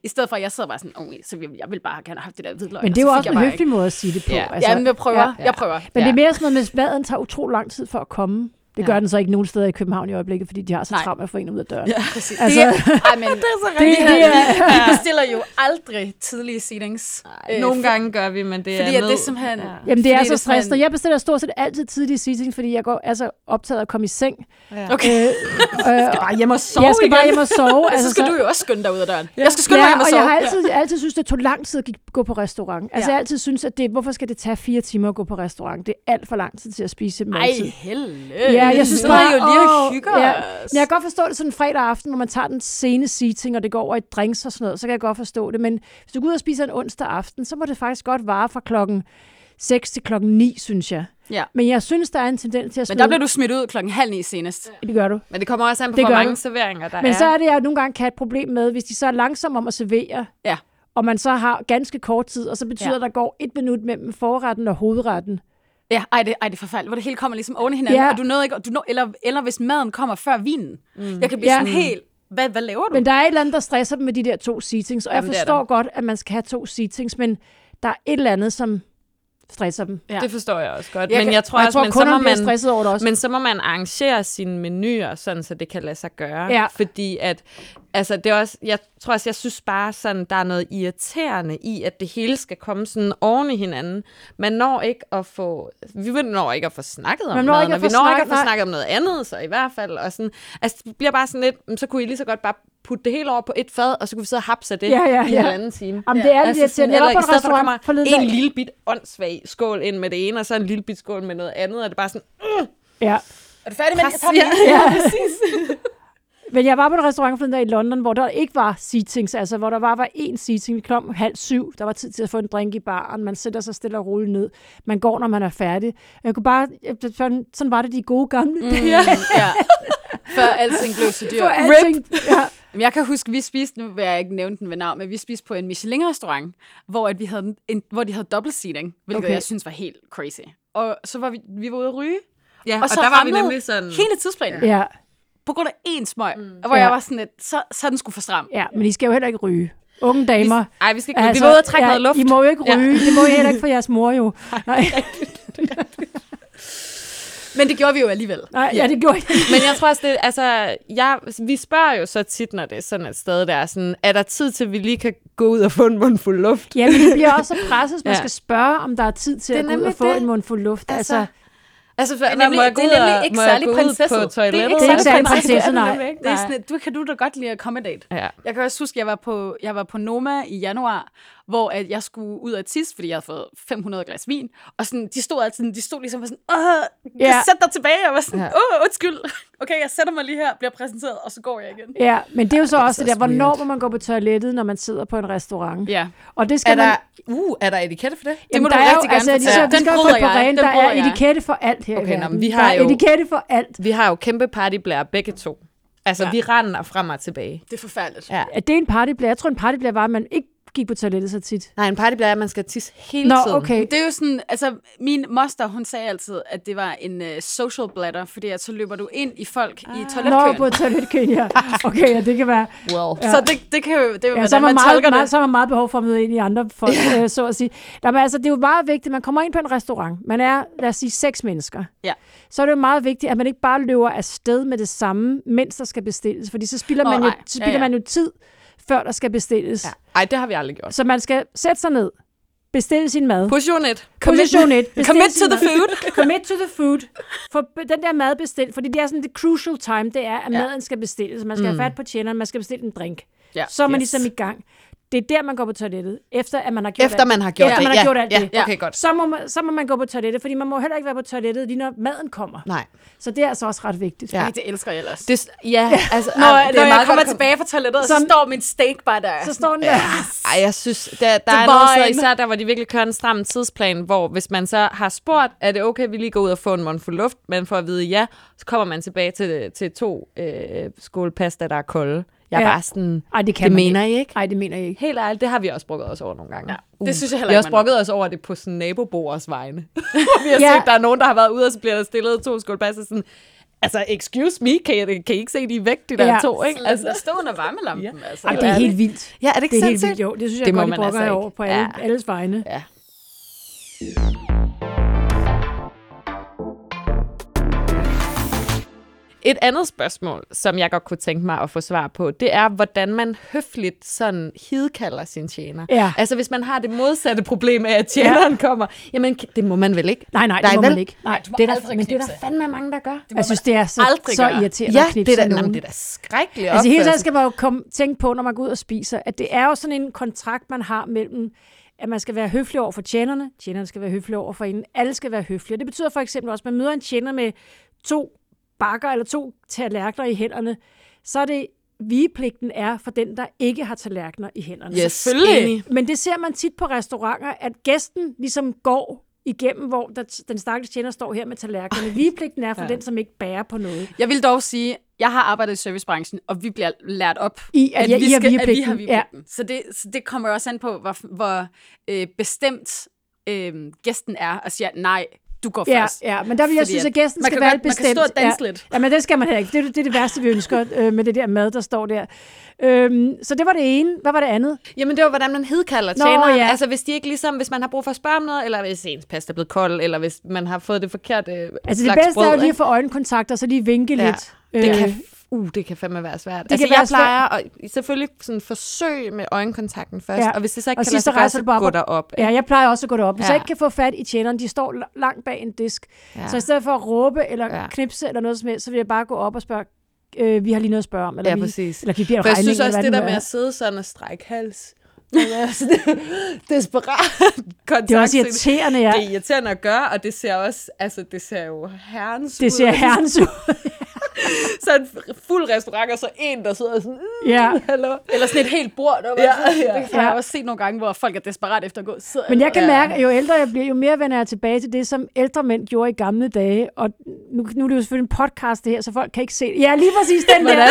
B: I stedet for, at jeg sidder bare sådan, oh, så vil- jeg vil bare gerne have haft det der hvidløg.
E: Men det er jo også en høflig måde at sige det på.
C: Ja.
B: Altså, Jamen, jeg prøver. Ja,
E: ja,
B: ja. Jeg prøver.
E: Men det
B: ja.
E: er mere sådan noget med, at maden tager utrolig lang tid for at komme. Det gør
B: Ja.
E: den så ikke nogen steder i København i øjeblikket, fordi de har så
B: Nej.
E: travlt med at få en ud af døren.
B: Ja, præcis.
E: Altså-
B: Altså, det, er- ej, men, det er så rigtigt.
E: det
B: Det,
E: er-
B: det, vi bestiller jo aldrig tidlige seatings.
C: Øh, Nogle gange gør vi, men det
B: Fordi
C: er
B: at det er simpelthen...
C: Ja.
E: Jamen, det er
B: fordi
E: så
B: sådan-
E: stressende. Jeg bestiller stort set altid tidlig seating, fordi jeg går altså optaget af at komme i seng.
C: Ja.
E: Okay.
B: [LAUGHS]
E: Øh, øh,
C: Bare hjem og
E: jeg skal bare hjem og sove.
B: Altså, så skal du jo også skynde dig ud af døren. Jeg skal skynde
E: ja,
B: mig hjem og
E: og
B: sove.
E: jeg har altid, jeg har altid synes, det tog lang tid at gik- gå på restaurant. Altså,
B: Ja.
E: jeg har altid synes, at det, hvorfor skal det tage fire timer at gå på restaurant? Det er alt for lang tid til at spise en
B: Ej, øh,
E: måltid.
B: helle.
E: Ja, jeg
B: Vi
E: synes
B: sidder
E: bare,
B: jo lige og
E: åh,
B: hygger
E: ja.
B: os.
E: Men jeg kan godt forstå det sådan en fredag aften, når man tager den sene seating, og det går over i drinks og sådan noget, så kan jeg godt forstå det. Men hvis du går ud og spiser en onsdag aften, så må det faktisk godt vare fra klokken 6 til klokken 9, synes jeg.
B: Ja.
E: Men jeg synes, der er en tendens til at
B: Men
E: smide...
B: der blev du smidt ud klokken halv ni senest.
E: Det gør du.
C: Men det kommer også an på,
E: Det
C: hvor
E: gør
C: mange
E: du.
C: serveringer der
E: Men
C: er.
E: så er det, jeg nogle gange kan have et problem med, hvis de så er langsomme om at servere,
B: Ja.
E: og man så har ganske kort tid, og så betyder,
B: Ja.
E: ja. at der går et minut mellem forretten og hovedretten.
B: Ja, ej, det, ej, det er forfærdeligt, hvor det hele kommer ligesom oven i hinanden,
E: Ja.
B: og du nåede ikke, og du nå, eller, eller hvis maden kommer før vinen. Mm. Jeg kan blive
E: Ja.
B: ja. sådan helt, hvad, hvad laver du?
E: Men der er et eller andet, der stresser dem med de der to seatings, og
C: Jamen,
E: jeg
C: det er
E: forstår godt, at man skal have to seatings, men der er et eller andet, som stresser dem.
B: Ja.
C: Det forstår jeg også godt.
B: Jeg
C: men
B: kan-
C: jeg tror
E: Og jeg
C: også,
E: tror,
C: men, så må
E: kunderne bliver
C: man,
E: stresset over det også.
C: men så må man arrangere sine menuer, sådan så det kan lade sig gøre.
E: Ja.
C: Fordi at, altså det er også, jeg tror også, jeg synes bare sådan, der er noget irriterende i, at det hele skal komme sådan oven i hinanden. Man når ikke at få, vi når ikke at få snakket om
E: Man når
C: noget,
E: ikke
C: og
E: at
C: vi
E: få
C: når
E: snak-
C: ikke at få
E: nej.
C: snakket om noget andet, så i hvert fald. Og sådan, altså det bliver bare sådan lidt, "Mm, så kunne I lige så godt bare putte det hele over på et fad, og så kunne vi sidde og hapse af det
E: Ja, ja,
C: i
E: ja.
C: halvanden time.
E: Jamen, det er lidt
C: Altså, sådan,
E: irriterende. Jeg var
C: eller
E: på
C: i stedet
E: en
C: for, at der
E: restaurant
C: kommer
E: forleden
C: en
E: dag.
C: lille bit åndssvag skål ind med det ene, og så en lille bit skål med noget andet, og det er bare sådan,
E: Ja.
B: er du færdig med det? Jeg tager
C: ja.
B: den.
E: [LAUGHS] Men jeg var på en restaurant forleden dag i London, hvor der ikke var seatings, altså hvor der bare var én seating. Vi kom halv syv, der var tid til at få en drink i baren, man sætter sig stille og roligt ned, man går, når man er færdig. Jeg kunne bare, jeg- sådan, sådan var det de gode gamle mm. dage.
B: ja. Før alting blev så dyrt.
E: Og alting, ja.
B: Jamen, Jeg kan huske, vi spiste, nu vil jeg ikke nævne den ved navn, men vi spiste på en Michelin-restaurant, hvor, at vi havde en, hvor de havde dobbelt seating, hvilket okay.
E: Okay.
B: jeg synes var helt crazy. Og så var vi, vi var ude at ryge,
C: Ja,
B: og, så ramlede hele tidsplanen, ja.
E: ja.
B: på grund af én smøg, mm. hvor
E: Ja.
B: jeg var sådan lidt, så, så er den skulle for stram.
E: Ja, men I skal jo heller ikke ryge. Unge damer.
C: Ej, vi skal ikke, altså, vi var ude og trække ja, noget luft.
E: I må jo ikke
C: Ja.
E: ryge. Ja. Det må I heller ikke for jeres mor jo. Nej,
B: Men det gjorde vi jo alligevel.
E: nej ja, det gjorde jeg.
C: Men jeg tror også, det, altså, jeg, vi spørger jo så tit, når det er sådan et sted, der er sådan, er der tid til, at vi lige kan gå ud og få en mundfuld luft?
E: Ja, men det
B: [LAUGHS]
E: bliver også så presset, så man
C: Ja.
E: ja. skal spørge, om der er tid til
C: Det er
E: at gå ud
C: nemlig
E: og få
C: det.
E: en mundfuld luft. Altså,
C: Altså, Altså, for,
B: er nemlig-
C: må jeg gå
B: det er
C: ud og-
B: nemlig ikke
C: må jeg
B: særlig
C: gå ud
B: prinsesset.
C: På toilettet?
B: Det
E: det er ikke særlig prinsesse, nej.
B: Det er sådan, at du kan du da godt lide at accommodate.
C: Ja.
B: Jeg kan også huske, at jeg var på, jeg var på Noma i januar, hvor at jeg skulle ud og tisse, fordi jeg havde fået 500 glas vin. Og sådan, de stod altid, de stod ligesom og var sådan, åh,
E: Ja.
B: yeah. sæt dig tilbage. Jeg var sådan,
C: Ja.
B: åh, undskyld. Okay, jeg sætter mig lige her, bliver præsenteret, og så går jeg igen.
E: Ja, men det er jo så også det der,
C: også weird.
E: hvornår må man gå på toilettet, når man sidder på en restaurant?
B: Ja.
E: Og det skal
C: Er der,
E: man...
C: uh, er der etikette for det?
E: Jamen,
B: må du
E: der er
B: rigtig
E: jo,
B: gerne
E: altså,
B: fortælle.
E: så,
B: Den
E: den skal
B: bryder
E: holde på
B: jeg.
E: rent.
B: Den
E: Der
B: bryder
E: er
B: jeg.
E: etikette for alt her
C: Okay,
E: i
C: nå,
E: verden.
C: men vi
E: Der
C: har
E: er
C: jo-
E: etikette for alt.
C: Vi har jo kæmpe partyblære begge to. Altså, ja. vi render frem og tilbage.
B: Det er forfærdeligt.
C: Ja.
E: Er det en partyblære? Jeg tror, en partyblære var, at man ikke gik på toilettet så tit?
C: Nej, en partyblære er, at man skal tisse hele
E: Nå,
C: tiden.
E: okay.
B: Det er jo sådan, altså min moster, hun sagde altid, at det var en uh, social bladder, fordi at så løber du ind i folk ah. i
E: Nå,
B: toiletkøen.
E: på toiletkøen,
B: [LAUGHS]
E: ja. Okay, ja, det kan være.
C: Well.
E: Ja.
B: Så det, det kan jo, det er
E: Ja,
B: jo, hvordan
E: så har man,
B: man,
E: meget,
B: tolker
E: meget,
B: det.
E: så har man meget behov for at møde ind i andre folk, ja. øh, så at sige. Nå, men altså, det er jo meget vigtigt, man kommer ind på en restaurant. Man er, lad os sige, seks mennesker.
B: Ja.
E: Så er det jo meget vigtigt, at man ikke bare løber afsted med det samme, mens der skal bestilles. Fordi så spilder,
B: Nå,
E: man, jo,
B: nej.
E: så spilder
B: Ja, ja.
E: man jo tid, før der skal bestilles. Ja.
C: Ja. Ej, det har vi aldrig gjort.
E: Så man skal sætte sig ned, bestille sin mad.
C: Position 1.
E: Position 1.
B: Commit to the food.
E: Commit to the food. For den der mad bestilt, fordi det er sådan det crucial time, det er, at
B: Ja.
E: maden skal bestilles. Man skal mm. have fat på tjeneren, man skal bestille en drink.
B: Ja.
E: Så er man
C: Yes.
E: yes. ligesom i gang. Det er der, man går på toilettet, efter at man har gjort
C: Efter
E: alt.
C: man har gjort
E: Efter
C: det.
E: man har gjort alt
C: ja.
E: det.
C: Ja, okay, godt.
E: Så må, man, så må man gå på toilettet, fordi man må heller ikke være på toilettet, lige når maden kommer.
C: Nej.
E: Så det er altså også ret vigtigt.
C: Ja.
B: Ej, det elsker jeg ellers.
C: Det, ja, altså,
B: Når,
C: ej, det
B: når
C: er
B: jeg
C: meget
B: kommer
C: godt
B: tilbage fra toilettet, så,
E: Som-
B: står min steak bare der.
E: Så står den der.
C: Ej, jeg synes, der, der er
B: Divine.
C: noget sted, især der, hvor de virkelig kører en stram tidsplan, hvor hvis man så har spurgt, er det okay, at vi lige går ud og får en mundfuld luft, men for at vide ja, så kommer man tilbage til, til to øh, skål pasta, der er kolde. Jeg er ja.
E: Ja.
C: bare sådan,
E: Ej, det kan
C: det
E: man
C: mener I ikke?
E: Ej, det mener jeg ikke.
C: Helt ærligt, det har vi også brokket os over nogle gange. Ja,
B: det synes jeg heller
C: Vi
B: ikke,
C: har også
B: man må.
C: brokket os over det på sådan naboboers vegne. [LAUGHS] vi har ja.
E: Ja.
C: set, der er nogen, der har været ude, og så bliver der stillet to skål pasta sådan, altså, excuse me, kan, jeg, kan I ikke se, de er væk, de der ja.
E: Ja.
C: to, ikke?
B: Altså,
C: Altså.
B: der stod under varmelampen. Ja. Altså.
E: Ej, det er helt vildt.
C: Ja, er det ikke
E: Det er helt
C: sindssygt?
E: vildt, jo. Det synes jeg
C: Det
E: det
C: må
E: godt, I
C: man
E: brokker
C: altså
E: altså
C: ikke.
E: over på alle,
C: Ja.
E: alles vegne.
C: Ja. Et andet spørgsmål, som jeg godt kunne tænke mig at få svar på, det er, hvordan man høfligt sådan hidkalder sin tjener.
E: Ja.
C: Altså, hvis man har det modsatte problem af, at tjeneren ja. kommer, jamen, det må man vel ikke?
E: Nej, nej, det
C: Nej,
E: må
C: vel?
E: man ikke. Nej,
B: du må
E: det er der,
B: aldrig
E: men det er der
B: knipse.
E: fandme mange, der gør. Jeg synes, det er så,
B: aldrig
E: så
B: gøre.
E: irriterende
C: Ja,
E: at
C: det
E: knipse
C: er da,
E: nogen.
C: jamen, det er da skrækkeligt
E: Altså hele tiden
C: opførsel.
E: skal man jo komme, tænke på, når man går ud og spiser, at det er jo sådan en kontrakt, man har mellem, at man skal være høflig over for tjenerne, tjenerne skal være høflige over for en, alle skal være høflige. Og Det betyder for eksempel også, at man møder en tjener med to bakker eller to tallerkener i hænderne, så er det vigepligten er for den, der ikke har tallerkener i hænderne.
C: Yes,
B: Selvfølgelig.
C: enig.
E: Men det ser man tit på restauranter, at gæsten ligesom går igennem, hvor der, den stakkels tjener står her med tallerkenerne. Vigepligten er for ja. den, som ikke bærer på noget.
B: Jeg vil dog sige, jeg har arbejdet i servicebranchen, og vi bliver lært op,
E: I, at, at, I har
B: at vi har
E: vigepligten. Ja.
B: vigepligten. Ja. Så, det, så det kommer jo også an på, hvor, hvor øh, bestemt øh, gæsten er og siger, nej, du går
E: Ja,
B: først.
E: ja, men der vil jeg
B: Fordi
E: synes,
B: at
E: at gæsten
B: man
E: skal
B: kan
E: være
B: godt-
E: lidt
B: man kan stå
E: bestemt.
B: og danse
E: ja.
B: lidt.
E: Ja, men det skal man heller ikke. Det, er det- det er det værste, vi ønsker øh, med det der mad, der står der. Øhm, så det var det ene. Hvad var det andet?
C: Jamen, det var, hvordan man hidkalder
E: Nå,
C: tjeneren.
E: ja.
C: Altså, hvis de ikke ligesom, hvis man har brug for at spørge om noget, eller hvis ens pasta er blevet kold, eller hvis man har fået det forkerte øh,
E: Altså det
C: slags
E: bedste
C: brød,
E: er jo lige
C: ikke?
E: at få øjenkontakt, og så lige vinke
C: Ja,
E: lidt. Øh,
C: Det kan, uh, det kan fandme være svært. Det altså,
E: kan
C: jeg
E: være svært.
C: plejer at selvfølgelig sådan forsøg med øjenkontakten først, ja.
E: Ja.
C: og hvis det så ikke
E: Og
C: kan lade
E: sidst
C: sig
E: så
C: gøre,
E: rejser
C: så
E: du bare op
C: gå
E: og-
C: derop.
E: Ja, jeg plejer også at gå derop. Hvis
C: Ja.
E: jeg ikke kan få fat i tjeneren, de står la- langt bag en disk.
C: Ja.
E: Ja. Så i stedet for at råbe eller
C: Ja.
E: ja. knipse eller noget som helst, så vil jeg bare gå op og spørge, øh, vi har lige noget at spørge om. Eller
C: Ja,
E: vi,
C: præcis.
E: Eller kan vi blive
C: For jeg synes
E: regning,
C: også, det
E: eller
C: der
E: hvad
C: med
E: nu
C: at sidde sådan og strække hals, det er sådan desperat [LAUGHS] kontakt.
E: Det er også irriterende, ja.
C: Det er irriterende at gøre, og det ser også, altså det ser jo herrens ud. [LAUGHS]
E: Det ser herrens ud.
C: Så en fuld restaurant, og så en, der sidder sådan, mm,
B: [LAUGHS]
E: Ja.
C: hallo.
B: Eller sådan et helt bord. Der, ja, ja. Det har jeg
E: Ja.
B: også set nogle gange, hvor folk er desperat efter at gå. Sidder
E: Men jeg kan
B: og-
E: mærke, at jo ældre jeg bliver, jo mere vender jeg tilbage til det, som ældre mænd gjorde i gamle dage. Og nu, nu er det jo selvfølgelig en podcast det her, så folk kan ikke se det. Ja, lige præcis den der,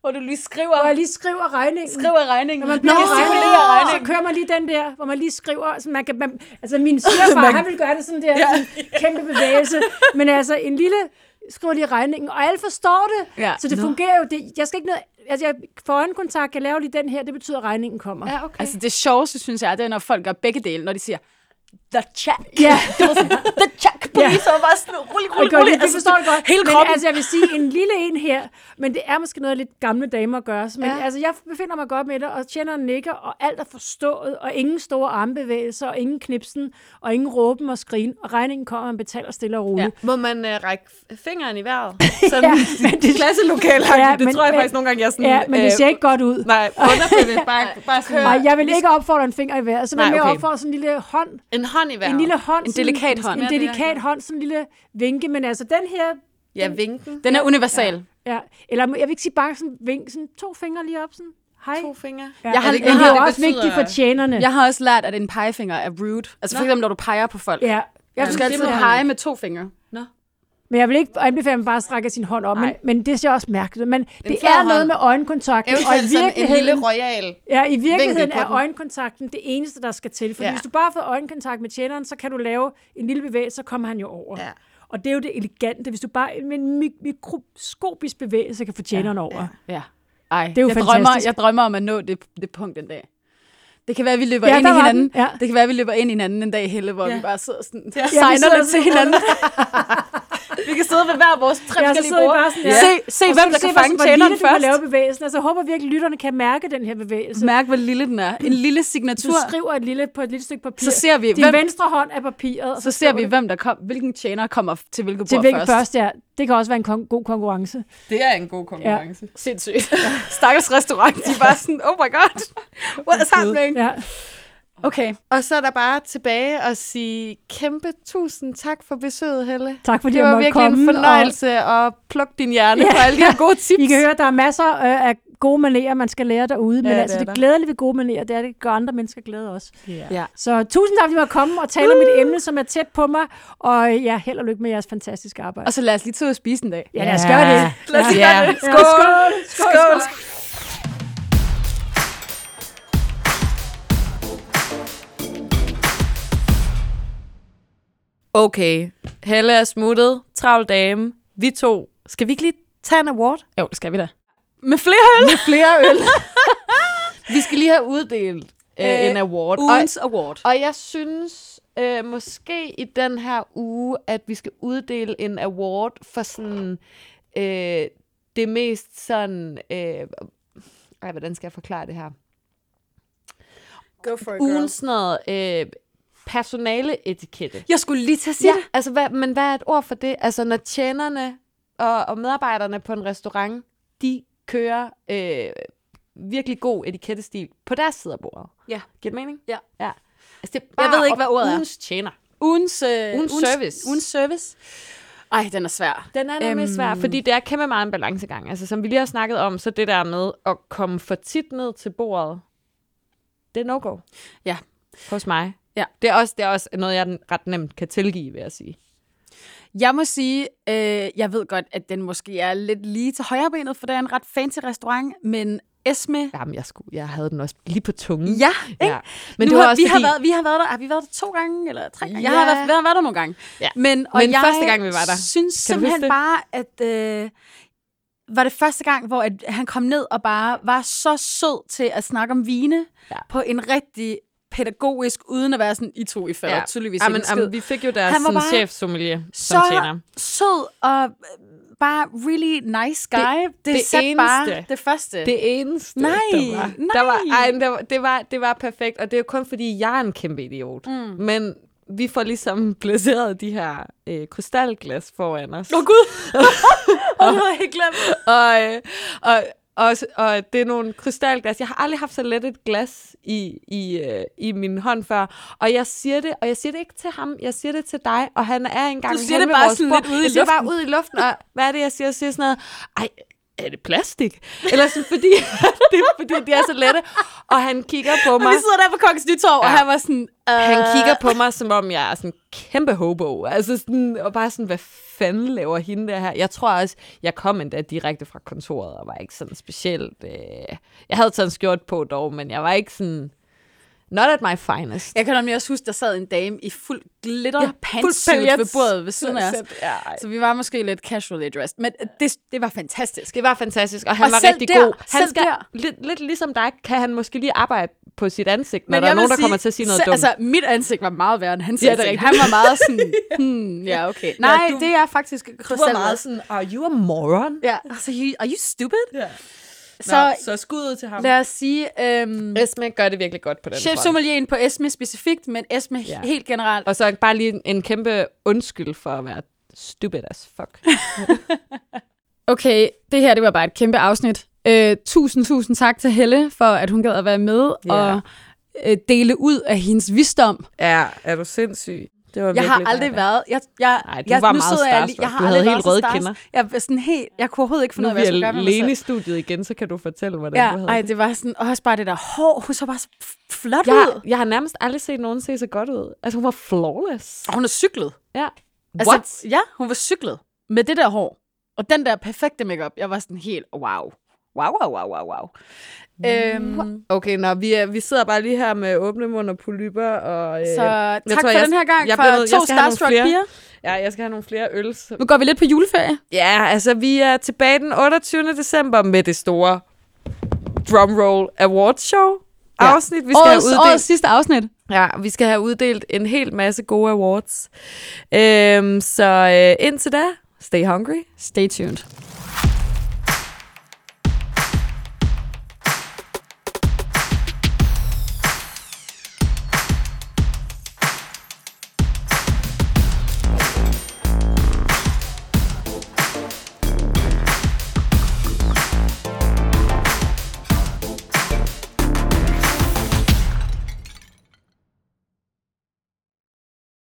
B: Hvor du lige skriver,
E: hvor jeg lige skriver regningen.
B: skriver regningen.
E: Man bliver lige
B: regningen.
E: regningen, og så kører man lige den der, hvor man lige skriver. Så man kan, man, altså
B: [LAUGHS]
E: min svigerfar, han ville gøre det sådan der, sådan en kæmpe bevægelse. Men altså en lille skriver lige regningen, og alle forstår det.
B: Ja.
E: Så det fungerer jo. Det, jeg skal ikke ned, altså jeg får øjenkontakt, jeg laver lige den her, det betyder, at regningen kommer.
C: Ja, okay.
B: Altså det sjoveste, synes jeg, det er, når folk gør begge dele, når de siger, the check.
E: Ja.
B: [LAUGHS] Det var sådan, the check police, og bare sådan, rulle,
E: Det,
B: rulle,
E: gør,
B: rulle.
E: det, det forstår jeg godt.
B: altså, Hele
E: men
B: kroppen.
E: altså, jeg vil sige, en lille en her, men det er måske noget, lidt gamle damer gør. Men
C: Ja.
E: ja. altså, jeg befinder mig godt med det, og tjener nikker, og alt er forstået, og ingen store armbevægelser, og ingen knipsen, og ingen råben og skrigen, og regningen kommer, og man betaler stille og roligt.
C: Må man øh, række f- fingeren i
E: [LAUGHS]
C: vejret? Sådan [LAUGHS] ja,
E: men det-
C: klasselokale ja,
E: Ja,
C: Det
E: men-
C: tror jeg
E: men-
C: faktisk nogle gange, jeg sådan...
E: Ja, ja men det ser ikke godt ud.
C: Mm, øh,
E: [LAUGHS]
C: Nej, underbevidst. Bare, bare sådan,
E: Nej, jeg vil ikke opfordre en finger i vejret, så vil
C: Nej,
E: jeg mere
C: okay.
E: opfordre sådan en lille hånd,
C: en hånd i vejret.
E: en lille hånd,
B: En
E: sådan-
B: delikat hånd.
E: en delikat hånd, sådan en lille vinke, men altså den her,
C: Ja, vinken.
B: Den er universal.
E: ja, eller jeg vil ikke sige bare sådan vink, sådan to fingre lige op, sådan hej.
C: To fingre.
B: Jeg har,
C: det ikke
E: Men
B: jeg,
E: det
B: har,
E: er jo
C: det
E: også
C: betyder-
E: vigtigt for tjenerne.
B: [LAUGHS] jeg har også lært, at en pegefinger er rude. Altså for eksempel, når du peger på folk.
E: Ja.
B: Ja, du skal
C: det må
B: altid
C: man
B: pege med to fingre.
C: Nå.
E: Men jeg vil ikke anbefale, at man bare strækker sin hånd op, men,
C: Nej.
E: men det ser også mærkeligt ud. Men det
F: flad
E: er noget
F: hånd.
E: med øjenkontakten, og i
F: Eventuelt sådan en lille
E: virkeligheden,
F: royal.
E: ja, i virkeligheden
F: vinkel på
E: er
F: den.
E: øjenkontakten det eneste, der skal til. Fordi
F: Ja.
E: hvis du bare har fået øjenkontakt med tjeneren, så kan du lave en lille bevægelse, så kommer han jo over.
F: Ja.
E: Og det er jo det elegante, hvis du bare med en mi- mikroskopisk bevægelse kan få tjeneren over.
B: Ja. Ej,
E: er jo
B: jeg drømmer,
E: fantastisk.
B: jeg drømmer om at nå det, det punkt en dag. Det kan være, at vi løber
E: Ja,
B: ja, ind i
E: der var den.
B: hinanden.
E: Ja.
B: Det kan være, at vi løber ind i hinanden en dag, Helle, hvor ja.
F: Ja.
B: vi bare sidder sådan, ja.
F: Ja, vi
B: signer
E: sidder
B: lidt til hinanden. vi kan sidde ved hver vores tre
E: Ja, så
B: forskellige
E: sidder vi
B: borde.
E: bare sådan,
B: Ja.
E: ja.
B: Se, se
E: Og så kan
B: hvem der
E: du
B: kan
E: se, hvor-
B: fange
E: hvor
B: tjeneren
E: lille du kan
B: først.
E: lave bevægelsen. Altså, jeg håber virkelig, at lytterne kan mærke den her bevægelse.
B: Mærk, hvor lille den er. En lille
E: Du
B: signatur.
E: skriver et lille, på et lille stykke papir.
B: Så ser vi,
E: Din
B: hvem,
E: venstre hånd er papiret. Og
B: så ser
E: skriver
B: vi
E: du
B: hvem der kom, hvilken tjener kommer f- til hvilket
E: til
B: bord
E: hvilken
B: først. Mm.
E: først. ja. Det kan også være en kon- god konkurrence.
C: Det er en god konkurrence. Ja.
B: Sindssygt. [LAUGHS] Stakkels restaurant, de er bare sådan, oh my god, what is happening?
E: Ja.
B: Okay,
C: Og så er der bare tilbage at sige kæmpe tusind tak for besøget, Helle.
E: Tak fordi
C: Det
E: jeg
C: var
E: måtte
C: virkelig
E: komme.
C: en fornøjelse at plukke din hjerne
E: Ja.
C: på alle de her gode
E: Og [LAUGHS] I
C: tips.
E: kan høre, at der er masser øh, af gode manerer, man skal lære derude. Men
C: det
E: altså,
C: er
E: det,
C: der.
E: glædelige ved gode manerer, det er, at det gør andre mennesker glæde også.
C: Ja.
E: Så tusind tak, fordi I måtte komme og tale om et emne, som er tæt på mig. Og øh, ja, held og lykke med jeres fantastiske arbejde.
B: og så lad os lige tage ud og spise en dag.
E: Ja, lad os gøre det.
B: Lad os
C: Ja.
B: gøre det. Skål. Skål. Skål. Skål.
C: Okay, Helle er smuttet. Travl dame. Vi to. Skal vi ikke lige tage en award?
B: Jo, det skal vi da. Med flere øl. Med flere
C: [LAUGHS]
B: øl.
C: Vi skal lige have uddelt
B: Øh,
C: øh, en award. Og,
B: Ugens award.
C: og jeg synes øh, måske i den her uge, at vi skal uddele en award for sådan øh, det mest sådan... Øh, ej, hvordan skal jeg forklare det her?
B: Go for it,
C: Ugen sådan noget øh, personaleetikette.
B: Jeg skulle lige til at sige
C: Ja,
B: det.
C: altså, hvad, men hvad er et ord for det? Altså, når tjenerne og, og medarbejderne på en restaurant, de kører øh, virkelig god etikettestil på deres side af bordet.
B: Ja.
C: Giver det mening?
B: Ja.
C: ja. Altså, det er
B: Jeg
C: bare
B: ved ikke, hvad ordet er.
C: ugens tjener.
B: Ugens, øh,
C: Ugens service.
B: Ugens service. Ej, den er svær.
C: Den er nemlig
B: Øhm.
C: øhm. svær, fordi det er kæmpe meget en balancegang. Altså, som vi lige har snakket om, så det der med at komme for tit ned til bordet, det er no-go.
B: Ja.
C: Hos mig.
B: Ja.
C: Det er, også, det er også noget, jeg ret nemt kan tilgive, vil jeg sige.
B: Jeg må sige, øh, jeg ved godt, at den måske er lidt lige til højrebenet, for det er en ret fancy restaurant, men Esme...
C: Jamen, jeg, skulle, jeg havde den også lige på tungen.
B: Ja, ikke?
C: Ja. Men
B: nu
C: det var
B: har,
C: også
B: vi,
C: fordi,
B: har været, vi har været der, har vi været der to gange, eller tre gange? Jeg
C: Ja.
B: har været, været, været der nogle gange.
C: Ja.
B: Men, og
C: Men
B: jeg
C: første gang, vi var der.
B: synes
C: Kan du huske
B: simpelthen
C: det?
B: bare, at øh, var det første gang, hvor at han kom ned og bare var så sød til at snakke om vine
C: Ja.
B: ja. på en rigtig pædagogisk, uden at være sådan, I to, I falder ja.
C: Ja.
B: tydeligvis
C: Jamen,
B: ikke en
C: jamen,
B: skid.
C: vi fik jo deres
B: Han var
C: sådan,
B: bare
C: chef sommelier, som
B: Så
C: tjener.
B: sød og øh, bare really nice guy. Det, det,
C: det
B: det satte bare
C: eneste-
B: det første.
C: Det eneste,
B: Nej,
C: der var.
B: nej.
C: Der var, ej, men der var, det, var, det var perfekt, og det er jo kun fordi, jeg er en kæmpe idiot. Mm. Men vi får ligesom placeret de her øh, krystalglas foran os. Åh oh, [LAUGHS] gud!
B: og det havde jeg helt glemt.
C: og, øh, og, og, og det er nogle krystalglas. Jeg har aldrig haft så let et glas i, i, øh, i min hånd før. Og jeg siger det, og jeg siger det ikke til ham, jeg siger det til dig, og han er engang
B: Du siger
C: hen
B: det
C: ved
B: bare
C: vores
B: sådan
C: bord.
B: lidt ude i
C: jeg siger det bare
B: luften.
C: ud i luften, og hvad er det, jeg siger? Jeg siger sådan noget, ej, er det plastik? Eller sådan, fordi, [LAUGHS] det er, fordi de er så lette. Og han kigger på mig.
B: Vi sidder der på Kongens Nytorv, ja. og
C: Ja.
B: han var sådan... Øh,
C: Han kigger på mig, som om jeg er sådan en kæmpe hobo. Altså sådan, og bare sådan, hvad fanden laver hende der her? Jeg tror også, jeg kom endda direkte fra kontoret, og var ikke sådan specielt... Øh... Jeg havde taget en skjort på dog, men jeg var ikke sådan... Not at my finest.
B: Jeg kan nemlig også huske, der sad en dame i fuld glitter ja,
C: Ja,
B: pantsuit
C: paljet.
B: ved bordet ved siden af os.
C: Ja,
B: Så vi var måske lidt casually dressed, men det, det var fantastisk.
C: det var fantastisk, og han
B: Og
C: var
B: selv
C: rigtig
B: der-
C: god. Han
B: selv
C: skal,
B: der-
C: lidt, lidt ligesom dig, kan han måske lige arbejde på sit ansigt, når
B: Men
C: der er
B: jeg vil
C: nogen, der
B: sige,
C: kommer til at sige noget
B: se-
C: dumt.
B: Altså, mit ansigt var meget værre end hans
C: Ja, det er
B: ansigt.
C: rigtigt.
B: Han var meget
C: [LAUGHS]
B: sådan, hmm, ja, okay. Nej,
C: du-
B: det er faktisk krystal.
C: sådan, Altså, are you a moron?
B: Ja, så you, are you stupid?
C: Ja.
B: Så
C: så skud til ham.
B: lad os sige, øhm,
C: Esme gør det virkelig godt på den
B: chef
C: front.
B: sommelieren på Esme specifikt, men Esme
C: Ja.
B: ja. helt generelt.
C: Og så bare lige en, en kæmpe undskyld for at være stupid as [LAUGHS] fuck.
D: Okay, det her det var bare et kæmpe afsnit. Øh, tusind, tusind tak til Helle for, at hun gad at være med
C: Ja.
D: yeah. og øh, dele ud af hendes visdom.
C: ja, er du sindssyg? Det var
B: Jeg har aldrig været... Jeg, jeg,
C: Nej, du
B: jeg,
C: var
B: nu
C: meget
B: sidder jeg, lige-
C: starstruck.
B: jeg har
C: Du havde helt
B: aldrig været så
C: røde
B: starstruck.
C: kinder.
B: Jeg, var sådan helt, jeg kunne overhovedet
C: Nu
B: ikke finde ud af, hvad jeg skulle
C: er
B: gøre med
C: vi
B: mig selv.
C: alene i studiet igen, så kan du fortælle, hvordan du havde
B: Ja, ej,
C: det.
B: det var sådan, og også bare det der hår, hun så bare så f- flot
C: Jeg,
B: ud.
C: jeg har nærmest aldrig set nogen se så godt ud. Altså, hun var flawless.
B: Og hun er cyklet.
C: Ja.
B: Altså, ja, Altså, hun var cyklet. med det der hår, og den der perfekte makeup, jeg var sådan helt, wow. Wow, wow, wow, wow, wow. Øhm,
C: Okay, nå, vi, er, vi sidder bare lige her med åbne mund og polypper. Og, øh,
B: så tak for
C: jeg-
B: den her gang
C: jeg
B: for
C: bliver nødt- jeg
B: to
C: skal have nogle
B: starstruck
C: flere.
B: piger.
C: ja, jeg skal have nogle flere øl. så-
D: Nu går vi lidt på juleferie.
C: Ja, altså, vi er tilbage den 28. december med det store Drumroll Awards Show afsnit. Vi skal have
D: Årets,
C: uddelt.
D: årets sidste afsnit.
C: Ja, vi skal have uddelt en hel masse gode awards. Øhm, så øh, indtil da, stay hungry.
D: Stay tuned.